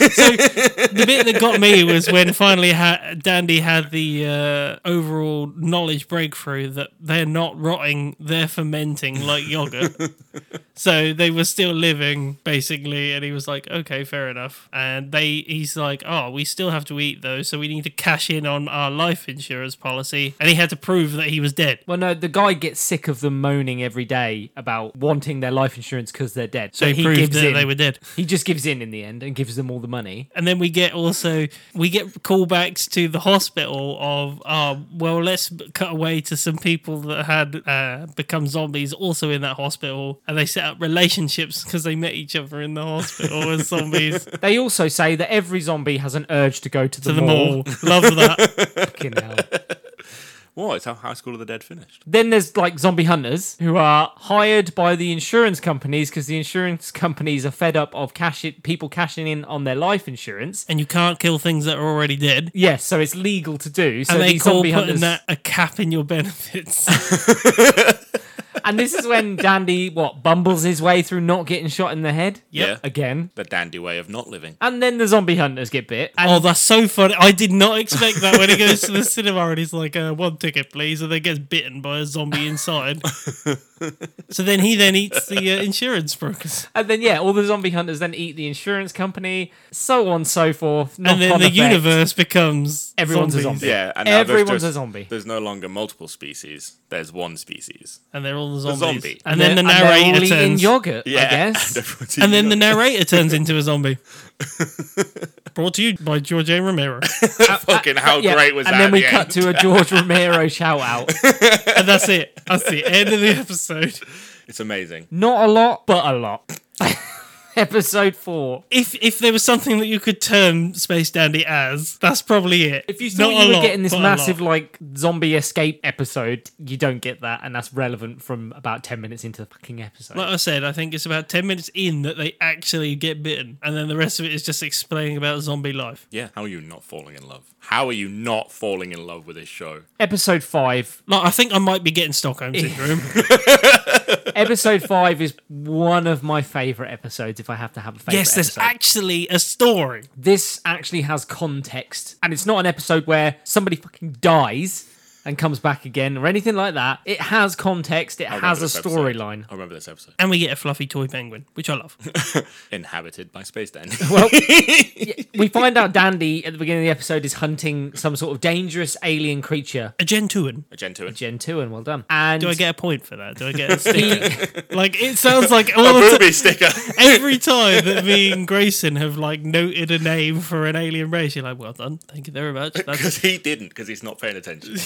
The bit that got me was when finally ha- Dandy had the uh, overall knowledge breakthrough that they're not rotting, they're fermenting like yogurt. [LAUGHS] so they were still living basically, and he was like, "Okay, fair enough." And they, he's like, "Oh, we still have to eat though, so we need to cash in on our life insurance policy." And he had to prove that he was dead.
Well, no, the guy gets sick of them moaning every day about wanting their life insurance because they're dead.
So he, proved that
in.
they were dead.
He just gives in in the end and gives them all the money.
And then we get also we get callbacks to the hospital of uh, well let's b- cut away to some people that had uh, become zombies also in that hospital and they set up relationships because they met each other in the
[LAUGHS]
hospital as zombies to
They also say that every zombie has an urge to go to the,
the
mall.
mall. Love that.
Fucking
[LAUGHS]
hell.
What? It's how High School of the Dead finished.
Then there's like zombie hunters who are hired by the insurance companies because the insurance companies are fed up of cash people cashing in on their life insurance.
And you can't kill things that are already dead.
Yes, so it's legal to do. So
and they
these
call
zombie
putting
hunters,
that a cap in your [LAUGHS] benefits.
and this is
[LAUGHS]
when Dandy what bumbles his way through not getting shot in the head.
Yep.
Yeah.
again.
The dandy way of not living.
And then the zombie hunters get bit. And
oh, that's so funny. I did not expect that when he goes
[LAUGHS]
to the cinema and he's like, uh, one ticket, please, and then gets bitten by a zombie inside.
[LAUGHS]
so then he then eats the uh, insurance brokers.
And then yeah, all the zombie hunters then eat the insurance company, so on so forth.
And then
knock-on
the
effect.
universe becomes
Everyone's a
zombies.
zombie.
Yeah, and now there's
Everyone's
just-
a zombie.
There's no longer multiple species. There's one species.
And they're all the
The
zombies.
zombie.
And, then the
they're- and they're all
narrator
eating
turns.
yogurt,
[LAUGHS]
Yeah,
I
[LAUGHS]
guess.
everyone's
and then the
eating
narrator turns into
[LAUGHS]
a zombie. Brought to you by George A. Romero.
[LAUGHS] fucking how
Yeah,
great was
and
that?
then we
at the
cut
end?
to a George Romero shout
[LAUGHS]
out.
And that's it. That's the end of the episode.
It's amazing.
Not a lot, but a lot.
[LAUGHS]
Episode four.
If if there was something that you could term Space Dandy as, that's probably it.
If you
Not
thought
a
you were
lot,
getting this
but a lot.
massive like zombie escape episode, you don't get that, and that's relevant from about ten minutes into the fucking episode.
Like I said, I think it's about 10 minutes in that they actually get bitten. And then the rest of it is just explaining about zombie life.
Yeah. How are you not falling in love? How are you not falling in love with this show?
episode five.
Like, I think I might be getting Stockholm [LAUGHS] syndrome.
episode five is one of my favorite episodes. If I have to have a favorite,
yes, there's
episode.
actually a story.
this actually has context and it's not an episode where somebody fucking dies and comes back again or anything like that it has context it
I remember
has a
this episode.
storyline
I remember this episode.
And we get a fluffy toy penguin, which I love.
Inhabited by
[LAUGHS]
Space Dandy.
we find out dandy at the beginning of the episode is hunting some sort of dangerous alien creature
A Gentuan.
a Gentuan. [LAUGHS]
gen 2 and well done and
Do I get a point for that? Do I get a [LAUGHS] sticker? like, it sounds like all the
Movie sticker. [LAUGHS]
Every time that me and Grayson have like noted a name for an alien race, you're like, "Well [LAUGHS] done, thank you very much."
[LAUGHS]
That's
Because he didn't, because he's not paying attention.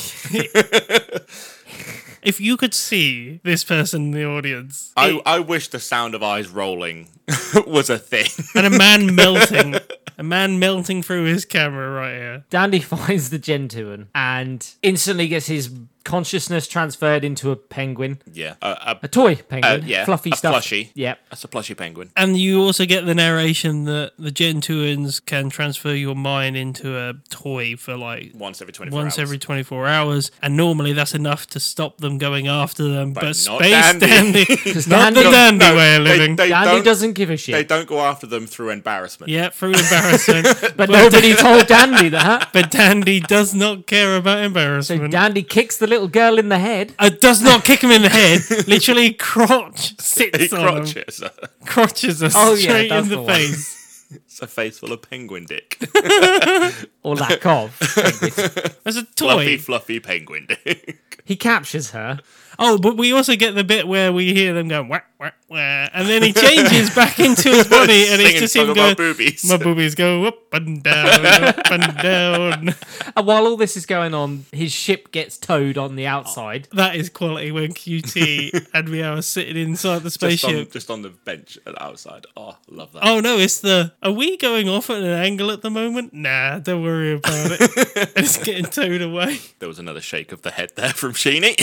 If you could see this person in the audience
I, I wish the sound of eyes rolling [LAUGHS] was a thing. [LAUGHS]
and a man melting, a man melting through his camera right here.
Dandy [LAUGHS] finds the Gentuan and instantly gets his consciousness transferred into a penguin,
Yeah, a,
a toy penguin,
Uh, yeah,
fluffy
a
stuff.
plushie.
Yep.
that's a plushy penguin.
And you also get the narration that the Gentuans can transfer your mind into a toy for like
Once every twenty-four hours.
once every 24 hours. And normally that's enough to stop them going after them. But,
not
Space
Dandy.
Dandy,
Because
not the
Dandy,
Dandy
No,
way of
they-
living.
they
Dandy
don't-
doesn't give a
They
shit.
don't go after them through embarrassment.
yeah, through embarrassment.
But nobody told Dandy
[LAUGHS]
that.
[LAUGHS] but Dandy does not care about
So
embarrassment.
Dandy kicks the little girl in the head.
uh, does not kick him in the head. Literally, crotch sits
He
on him.
crotches.
crotches us
Oh, yeah,
straight
that's
in the,
the one.
face.
It's a face full of penguin dick.
Or [LAUGHS] lack of.
As a
fluffy,
toy.
fluffy penguin dick.
he captures her.
Oh, but we also get the bit where we hear them going whack whack whack, and then he changes back into his body, and it's
Singing
just
song
him going.
about boobies.
My boobies go up and down, up and down. [LAUGHS]
And while all this is going on, his ship gets towed on the [LAUGHS] outside.
That is quality when QT and we are sitting inside the
just,
spaceship.
on, just on the bench at the outside. Oh, I love that.
Oh no, it's the. Are we going off at an angle at the moment? Nah, don't worry
[LAUGHS]
about it. it's getting towed away.
There was another shake of the head there from Sheeny.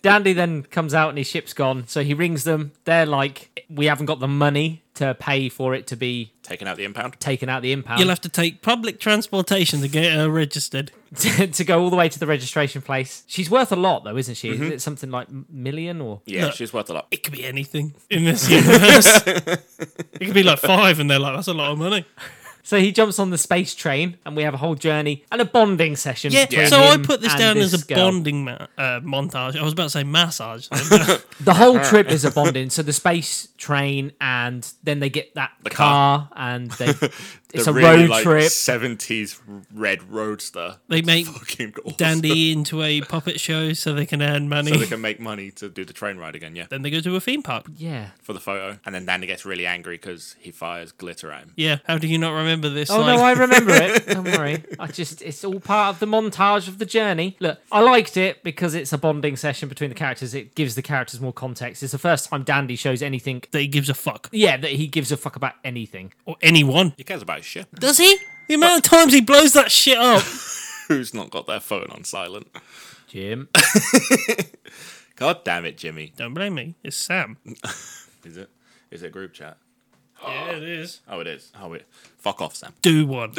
[LAUGHS]
Dandy then comes out and his ship's gone. So he rings them. They're like, we haven't got the money to pay for it to be
Taking out the impound.
taken out the impound.
You'll have to take public transportation to get her registered.
to, [LAUGHS] to go all the way to the registration place. She's worth a lot, though, isn't she? Is it something like m- million or?
Yeah,
Look.
she's worth a lot.
It could be anything in this universe. [LAUGHS] it could be like five, and they're like, "That's a lot of money."
So he jumps on the space train, and we have a whole journey and a bonding session.
Yeah.
between
So I
him
put this
and
down as a
girl.
bonding ma- uh, montage. I was about to say [LAUGHS] massage.
The whole trip is a bonding. So the space train, and then they get that car,
car. [LAUGHS]
and they, it's
The
a
really,
road
like,
trip.
70s red roadster.
they make
Fucking awesome.
Dandy into a puppet show so they can earn money.
So they can make money to do the train ride again, yeah,
then they go to a theme park.
Yeah.
for the photo. And then Dandy gets really angry because he fires glitter at him.
Yeah, how do you not remember this?
Oh
Like-
no, I remember [LAUGHS] it. Don't worry. I just it's all part of the montage of the journey. Look, I liked it because it's a bonding session between the characters. It gives the characters more context. It's the first time Dandy shows anything
that he gives a fuck
yeah, that he gives a fuck about anything.
or anyone.
He cares about his shit. [LAUGHS]
Does he? The amount of times he blows that shit up.
Who's not got their phone on silent? [COUGHS]
Jim.
God damn it, Jimmy.
Don't blame me. It's Sam.
Is it? Is it group chat?
Yeah, it is.
Oh, it is. Oh, it. Fuck off, Sam.
Do [LAUGHS] one.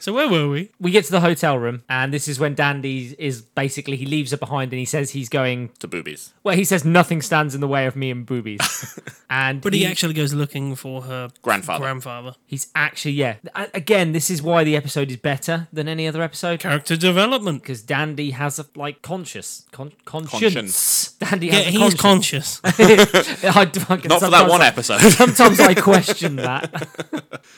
so where were we?
We get to the hotel room, and this is when Dandy is basically he leaves her behind and he says he's going
To boobies.
well, he says nothing stands in the way of me and
[LAUGHS]
boobies. and
But he actually goes looking for her
Grandfather.
grandfather.
he's actually yeah. A- Again, this is why the episode is better than any other episode.
Character development.
because Dandy has a like conscious con- conscience.
Conscience.
Dandy
Yeah,
has a
he's
conscience. [LAUGHS]
conscious.
I d- fucking
Not for that
sometimes
one
I-
episode. [LAUGHS]
Sometimes I question that.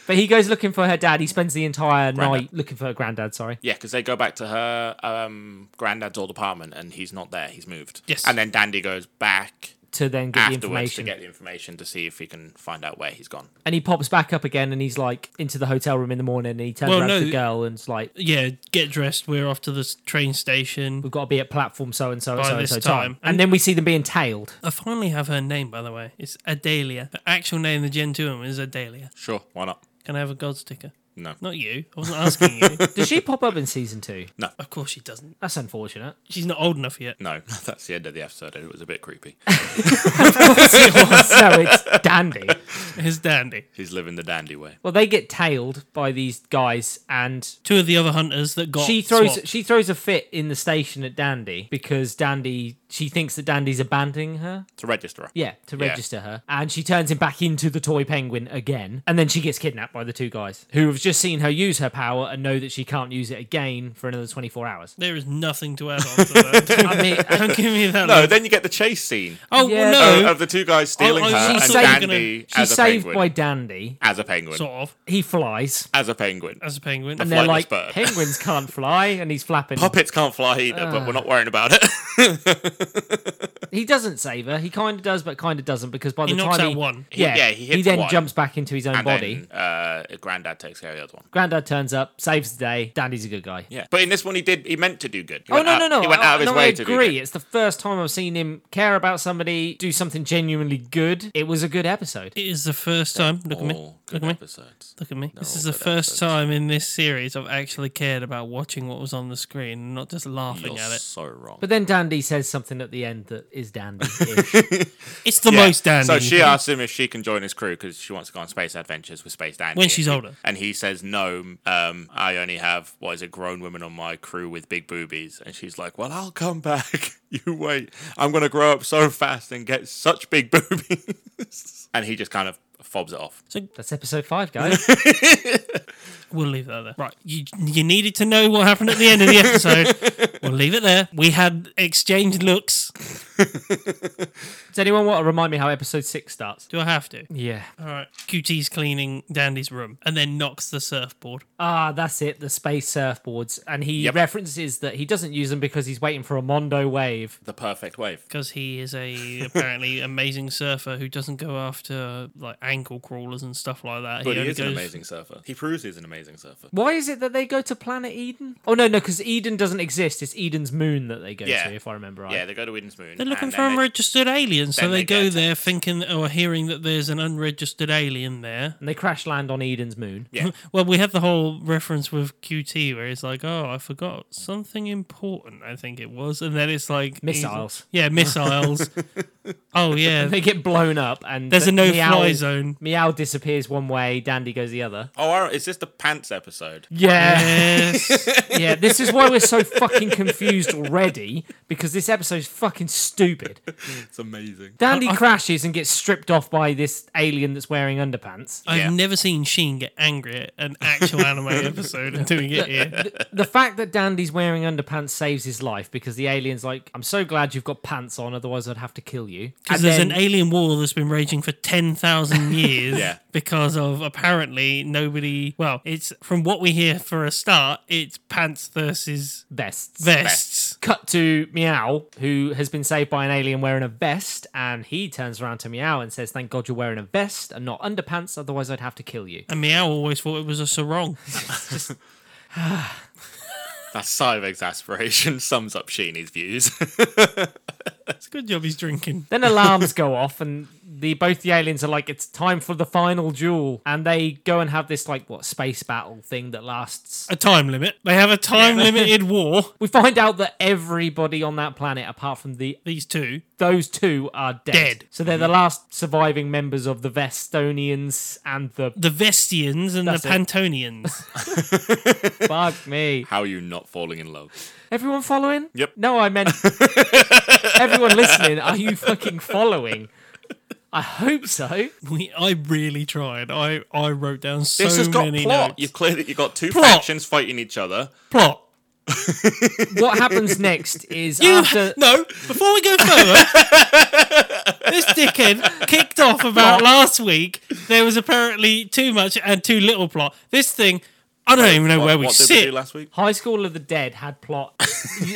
but he goes looking for her dad. He spends the entire night looking for her granddad. Sorry.
yeah, because they go back to her um, granddad's old apartment and he's not there. He's moved.
Yes.
And then Dandy goes back
To then get the
afterwards to
information,
get the information to see if he can find out where he's gone.
and he pops back up again, and he's like into the hotel room in the morning, and he turns
Well,
around to
no.
the girl and's like,
yeah, get dressed. We're off to the s- train station.
"We've got to be at platform so and so at
By
so and so
this
time,"
time.
and then we see them being tailed.
I finally have her name, by the way. It's Adelia. Her actual name, the Gen 2 is Adelia.
Sure. Why not?
Can I have a gold sticker?
No.
Not you. I wasn't asking you.
[LAUGHS] Does she pop up in season two?
of course she doesn't.
That's
[LAUGHS]
unfortunate.
She's not old enough yet.
No, [LAUGHS] that's the end of the episode and it was a bit
[LAUGHS]
creepy.
so it's Dandy.
Here's Dandy.
he's living the Dandy way.
Well, they get tailed by these guys, and
Two of the other hunters that got
she throws
swapped.
she throws a fit in the station at Dandy because Dandy she thinks that Dandy's abandoning her.
To register her.
Yeah, to
Yeah.
register her, and she turns him back into the toy penguin again, and then she gets kidnapped by the two guys who have just seen her use her power and know that she can't use it again for another twenty four
[LAUGHS]
hours.
There is nothing to add
[LAUGHS]
on to that.
I mean, and
Don't give me that.
No, Uh,
look.
Oh, then you get the chase scene
oh
Yeah,
well,
of,
no,
of the two guys stealing
Oh, oh,
her
she's
and
saved-
Dandy
she's
as a
saved
penguin.
by Dandy.
as a penguin.
sort of.
He flies,
As a penguin.
As a penguin,
and they're
Flightless
like,
bird. [LAUGHS]
penguins can't fly, and he's flapping.
Puppets can't fly either, but we're not worrying about it.
He doesn't save her. He kind of does, but kind of doesn't because by the
He knocks
time
out
he
one.
He-
yeah,
yeah, he
he,
hits
then
one.
jumps back into his own
[LAUGHS] and
body.
then uh, granddad takes care of the other one.
Grandad turns up, saves the day. Dandy's a good guy.
Yeah, but in this one, he did. He meant to do good. He
Oh
went
no
out-
no no!
He went
I-
out of his
no,
way
I
to
agree.
do good.
It's the first time I've seen him care about somebody, do something genuinely good. It was a good episode.
It is the first time. Look at me.
All
Look
good
at me.
episodes.
Look at me. This
all
is the
good
first
episodes.
time in this series I've actually cared about watching what was on the screen and not just laughing
You're
at it.
so wrong.
But then Dandy says something at the end that is Dandy.
[LAUGHS]
It's the
Yeah.
most dandy.
So she asks him if she can join his crew because she wants to go on space adventures with Space Dandy.
When she's
And he-
older.
And he says, no, um, I only have, what is it, grown women on my crew with big boobies. And she's like, well, I'll come back. [LAUGHS] you wait. I'm going to grow up so fast and get such big [LAUGHS] boobies. and he just kind of fobs it off.
That's episode five,
[LAUGHS]
guys.
We'll leave that there. Right. You you needed to know what happened at the end of
[LAUGHS]
the episode. we'll leave it there. We had exchanged looks.
Does anyone want to remind me how episode six starts?
Do I have to?
Yeah.
All right. QT's cleaning Dandy's room and then knocks the surfboard.
Ah, that's it. The space surfboards, and he
Yep.
references that he doesn't use them because he's waiting for a Mondo wave.
The perfect wave.
because he
[LAUGHS]
is a apparently amazing surfer who doesn't go after like ankle crawlers and stuff like that.
But he
only
is an
goes-
amazing surfer. He proves he's an amazing surfer.
Why is it that they go to Planet Eden? Oh no, no, because Eden doesn't exist. It's Eden's moon that they go
Yeah.
to, if I remember right.
Yeah, they go to Eden's Moon.
They're looking
and
for
then
a
they-
registered alien, so
then
they,
they
go
get
there thinking or hearing that there's an unregistered alien there.
And they crash land on Eden's moon.
[LAUGHS]
Yeah.
Well, we had the whole reference with QT where it's like, "Oh, I forgot something important." I think it was, and then it's like
Missiles. [LAUGHS]
Yeah, missiles. oh yeah,
They get blown up, and
there's a
but
no-fly
[LAUGHS]
zone.
Meow disappears one way, Dandy goes the other.
Oh, all right, is this the pants
[LAUGHS]
episode?
Yeah,
Yes.
[LAUGHS] yeah. This is why we're so fucking confused already because this episode's fucking stupid.
It's amazing.
Dandy
I- I-
crashes and gets stripped off by this alien that's wearing underpants.
Yeah.
I've never seen Sheen get angry at an actual
[LAUGHS]
anime episode until we get here.
the fact that Dandy's wearing underpants saves his life because the alien's like, I'm so glad you've got pants on, otherwise I'd have to kill you.
Because
And
there's
then-
an alien war that's been raging for 10,000 years
Yeah.
because of apparently nobody. Well, it's from what we hear for a start, it's pants versus
vests.
vests.
Cut to Meow, who has been saved by an alien wearing a vest, and he turns around to Meow and says, Thank God you're wearing a vest and not underpants, otherwise I'd have to kill you.
And Meow always thought it was a sarong.
That sigh of exasperation [LAUGHS] sums up Sheenie's views. [LAUGHS]
it's a good job he's drinking.
Then alarms
[LAUGHS]
go off, and the both the aliens are like, "It's time for the final duel," and they go and have this like what space battle thing that lasts.
A time limit. They have a time limited war.
We find out that everybody on that planet, apart from the
These two.
those two, are dead.
Dead.
So
Mm-hmm.
they're the last surviving members of the Vestonians and
[LAUGHS]
the
The Vestians and
That's
the
it.
Pantonians.
fuck me.
How are you not falling in love?
Everyone following?
Yep.
No, I
[LAUGHS]
meant everyone listening. Are you fucking following? I hope so.
we, I really tried. I, I wrote down so
This has got
many
plot.
notes.
You've clearly you've got two
Plot.
factions fighting each other.
plot.
What happens next is
You
after
no. Before we go
[LAUGHS]
further, this dickhead kicked off about last week. There was apparently too much and too little plot. This thing, I don't even know
What,
where we
what did we do
sit.
last week?
High School of the Dead had plot.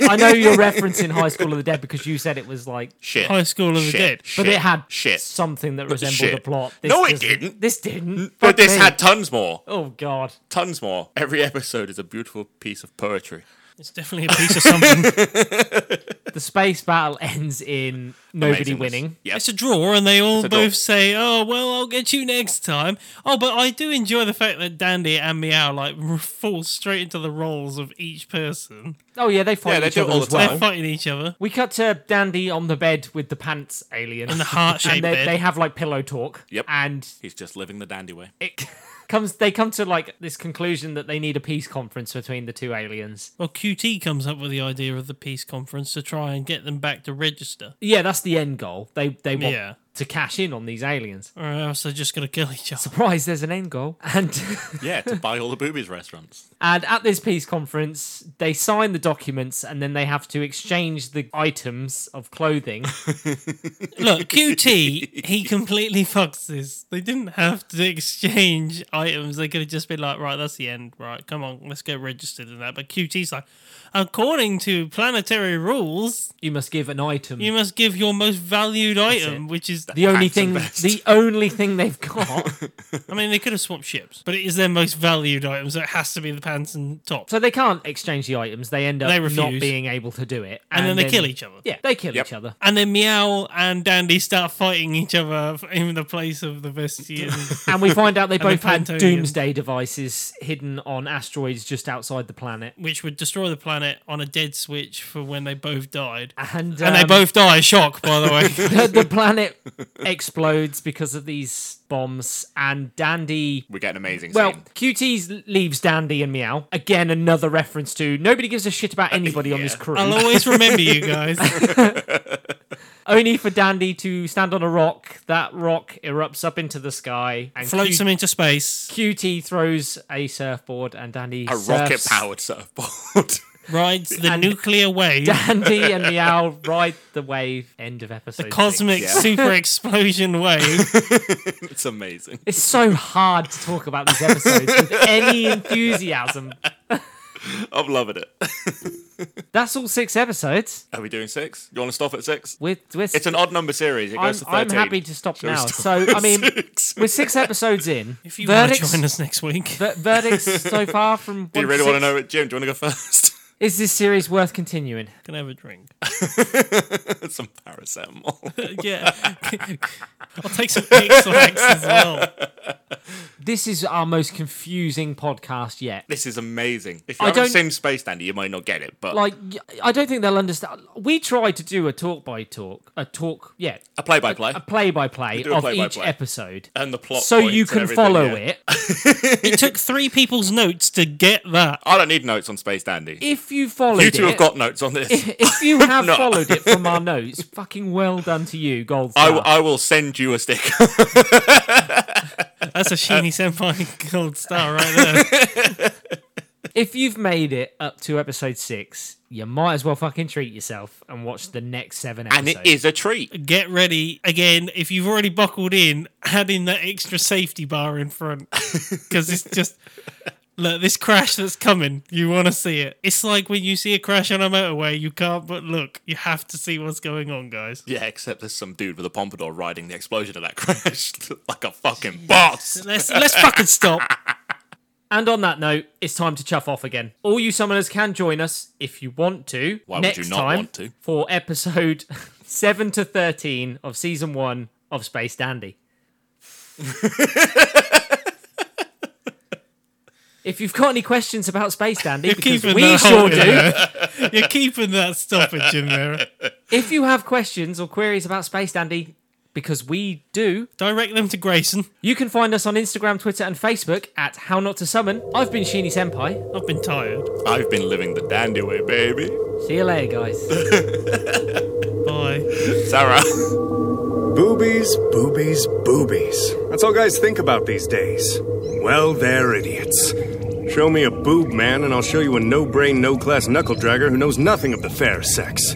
I know you're referencing High School of the Dead because you said it was like,
Shit.
High School of the
Shit.
Dead.
but it had
shit.
something that resembled
Shit.
a plot.
No, it
doesn't-
didn't.
This didn't. Fuck
But this
me.
had tons more.
Oh god.
Tons more. Every episode is a beautiful piece of poetry.
It's definitely a piece
[LAUGHS]
of something.
The space battle [LAUGHS] ends in nobody
Amazingness.
winning.
Yes.
it's a draw, and they all
a draw.
both say, "Oh well, I'll get you next time." Oh, but I do enjoy the fact that Dandy and Meow like [LAUGHS] fall straight into the roles of each person.
Oh yeah, they fight
Yeah, they
each
do it
other
all
as
the
well.
time.
They're fighting each other.
We cut to Dandy on the bed with the pants alien.
The
[LAUGHS]
heart-shaped
and they,
bed.
they have like pillow talk.
Yep.
And
He's just living the dandy way.
it [LAUGHS] comes they come to like this conclusion that they need a peace conference between the two aliens.
Well, QT comes up with the idea of the peace conference to try and get them back to register.
Yeah, that's the end goal. They they want
Yeah.
to cash in on these aliens. [LAUGHS]
Or else they're just going to kill each other.
Surprise, there's an end goal. [LAUGHS] And
Yeah, to buy all the boobies restaurants.
and at this peace conference, they sign the documents and then they have to exchange the items of
[LAUGHS]
clothing.
Look,
[LAUGHS]
QT, he completely fucks this. They didn't have to exchange items. They could have just been like, right, that's the end. Right, come on, let's get registered and that. But QT's like, according to planetary rules,
you must give an item.
you must give your most valued item, which is
the only
Hacks and
thing
best.
the only thing they've
[LAUGHS]
got.
I mean, they could have swapped ships, but it is their most valued item, so it has to be the pants and top.
so they can't exchange the items. They end up
They
not
refuse.
being able to do it.
And then they kill each other.
Yeah, they kill
Yep.
each
[LAUGHS]
other.
And then Meow and Dandy start fighting each other in the place of the Vestians.
[LAUGHS] And we find out they
they're
both had
Pantonian.
doomsday devices hidden on asteroids just outside the planet.
which would destroy the planet on a dead switch for when they both died.
And,
And they
um,
both die. Shock, by the way.
[LAUGHS] the, the planet explodes because of these bombs, and Dandy.
We get an amazing
Well,
scene.
QT's leaves Dandy and Meow. Again, another reference to nobody gives a shit about anybody on this
Uh, Yeah.
crew.
[LAUGHS] I'll always remember you [LAUGHS] guys.
Only for Dandy to stand on a rock. That rock erupts up into the sky and
Floats
Q-
them into space.
QT throws a surfboard, and Dandy
A
surfs.
rocket powered surfboard. [LAUGHS]
Rides the nuclear wave.
[LAUGHS] [LAUGHS] Dandy and Meow ride the wave. End of episode. six.
Cosmic
Yeah.
super
[LAUGHS]
explosion wave.
it's amazing.
It's so hard to talk about these episodes
[LAUGHS]
with any enthusiasm.
I'm loving it.
That's all six episodes.
Are we doing six? You want to stop at six?
We're, we're
It's an odd number series. It
I'm,
goes to 13.
I'm happy to stop
we
now.
stop
so I
[LAUGHS]
mean,
six?
we're six episodes in.
If you want to
verdicts,
join us next week.
ver- verdicts so far from.
[LAUGHS] Do you really want to know it, Jim? Do you want to go first? [LAUGHS]
Is this series worth continuing?
Can I have a drink? [LAUGHS]
Some paracetamol.
yeah. [LAUGHS] I'll take some X-Lax as well.
This is our most confusing podcast yet.
this is amazing. If you
I
haven't
don't-
seen Space Dandy, you might not get it, but
Like, y- I don't think they'll understand. We tried to do a talk by talk, a talk, yeah,
a play by play
a play by play
do a
of each
play-by-play.
episode,
and the plot.
so you
points and
can
everything,
follow
yeah.
it.
It took three people's notes to get that.
I don't need notes on Space Dandy.
If you followed,
You two
it,
have got notes on this.
[LAUGHS] If
[LAUGHS]
you have
No.
followed it from our
[LAUGHS]
notes, fucking well done to you, Gold
I,
Star.
w- I will send you
[LAUGHS]
a sticker.
That's a Sheeny Senpai gold star right there.
if you've made it up to episode six, you might as well fucking treat yourself and watch the next seven
and
episodes.
it is a treat.
Get ready again. If you've already buckled in, add in that extra safety bar in front because it's just look this crash that's coming. You want to see it. It's like when you see a crash on a motorway, you can't but look. You have to see what's going on, guys.
Yeah, except there's some dude with a pompadour riding the explosion of that [LAUGHS] crash like a fucking boss.
Let's let's fucking stop.
And on that note, it's time to chuff off again. All you summoners can join us if you want to.
Why would
next
you not
time
want to?
For episode [LAUGHS] seven to thirteen of season one of Space
[LAUGHS]
Dandy. if you've got any questions about Space
[LAUGHS]
Dandy, because
keeping
we
that
sure
hole in
do.
there. You're keeping that stoppage in there.
If you have questions or queries about Space Dandy, because we do,
Direct them to Grayson.
you can find us on Instagram, Twitter, and Facebook at How Not to Summon. I've been Sheeny Senpai.
I've been tired.
I've been living the dandy way, baby.
See you later, guys.
Bye.
Sarah.
Boobies, boobies, boobies. That's all guys think about these days. Well, they're idiots. Show me a boob man, and I'll show you a no brain, no class knuckle dragger who knows nothing of the fair sex.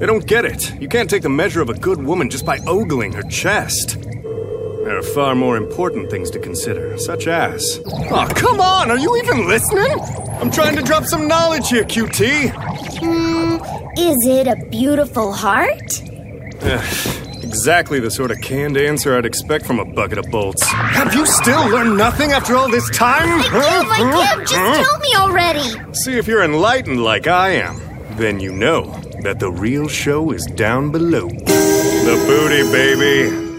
They don't get it. You can't take the measure of a good woman just by ogling her chest. There are far more important things to consider, such as. Oh, come on! Are you even listening? I'm trying to drop some knowledge here, QT!
Is it a beautiful heart?
Exactly the sort of canned answer I'd expect from a bucket of bolts. Have you still learned nothing after all this time?
Give, I give. Oh Just tell me already.
See if you're enlightened like I am. Then you know that the real show is down below. The booty, baby.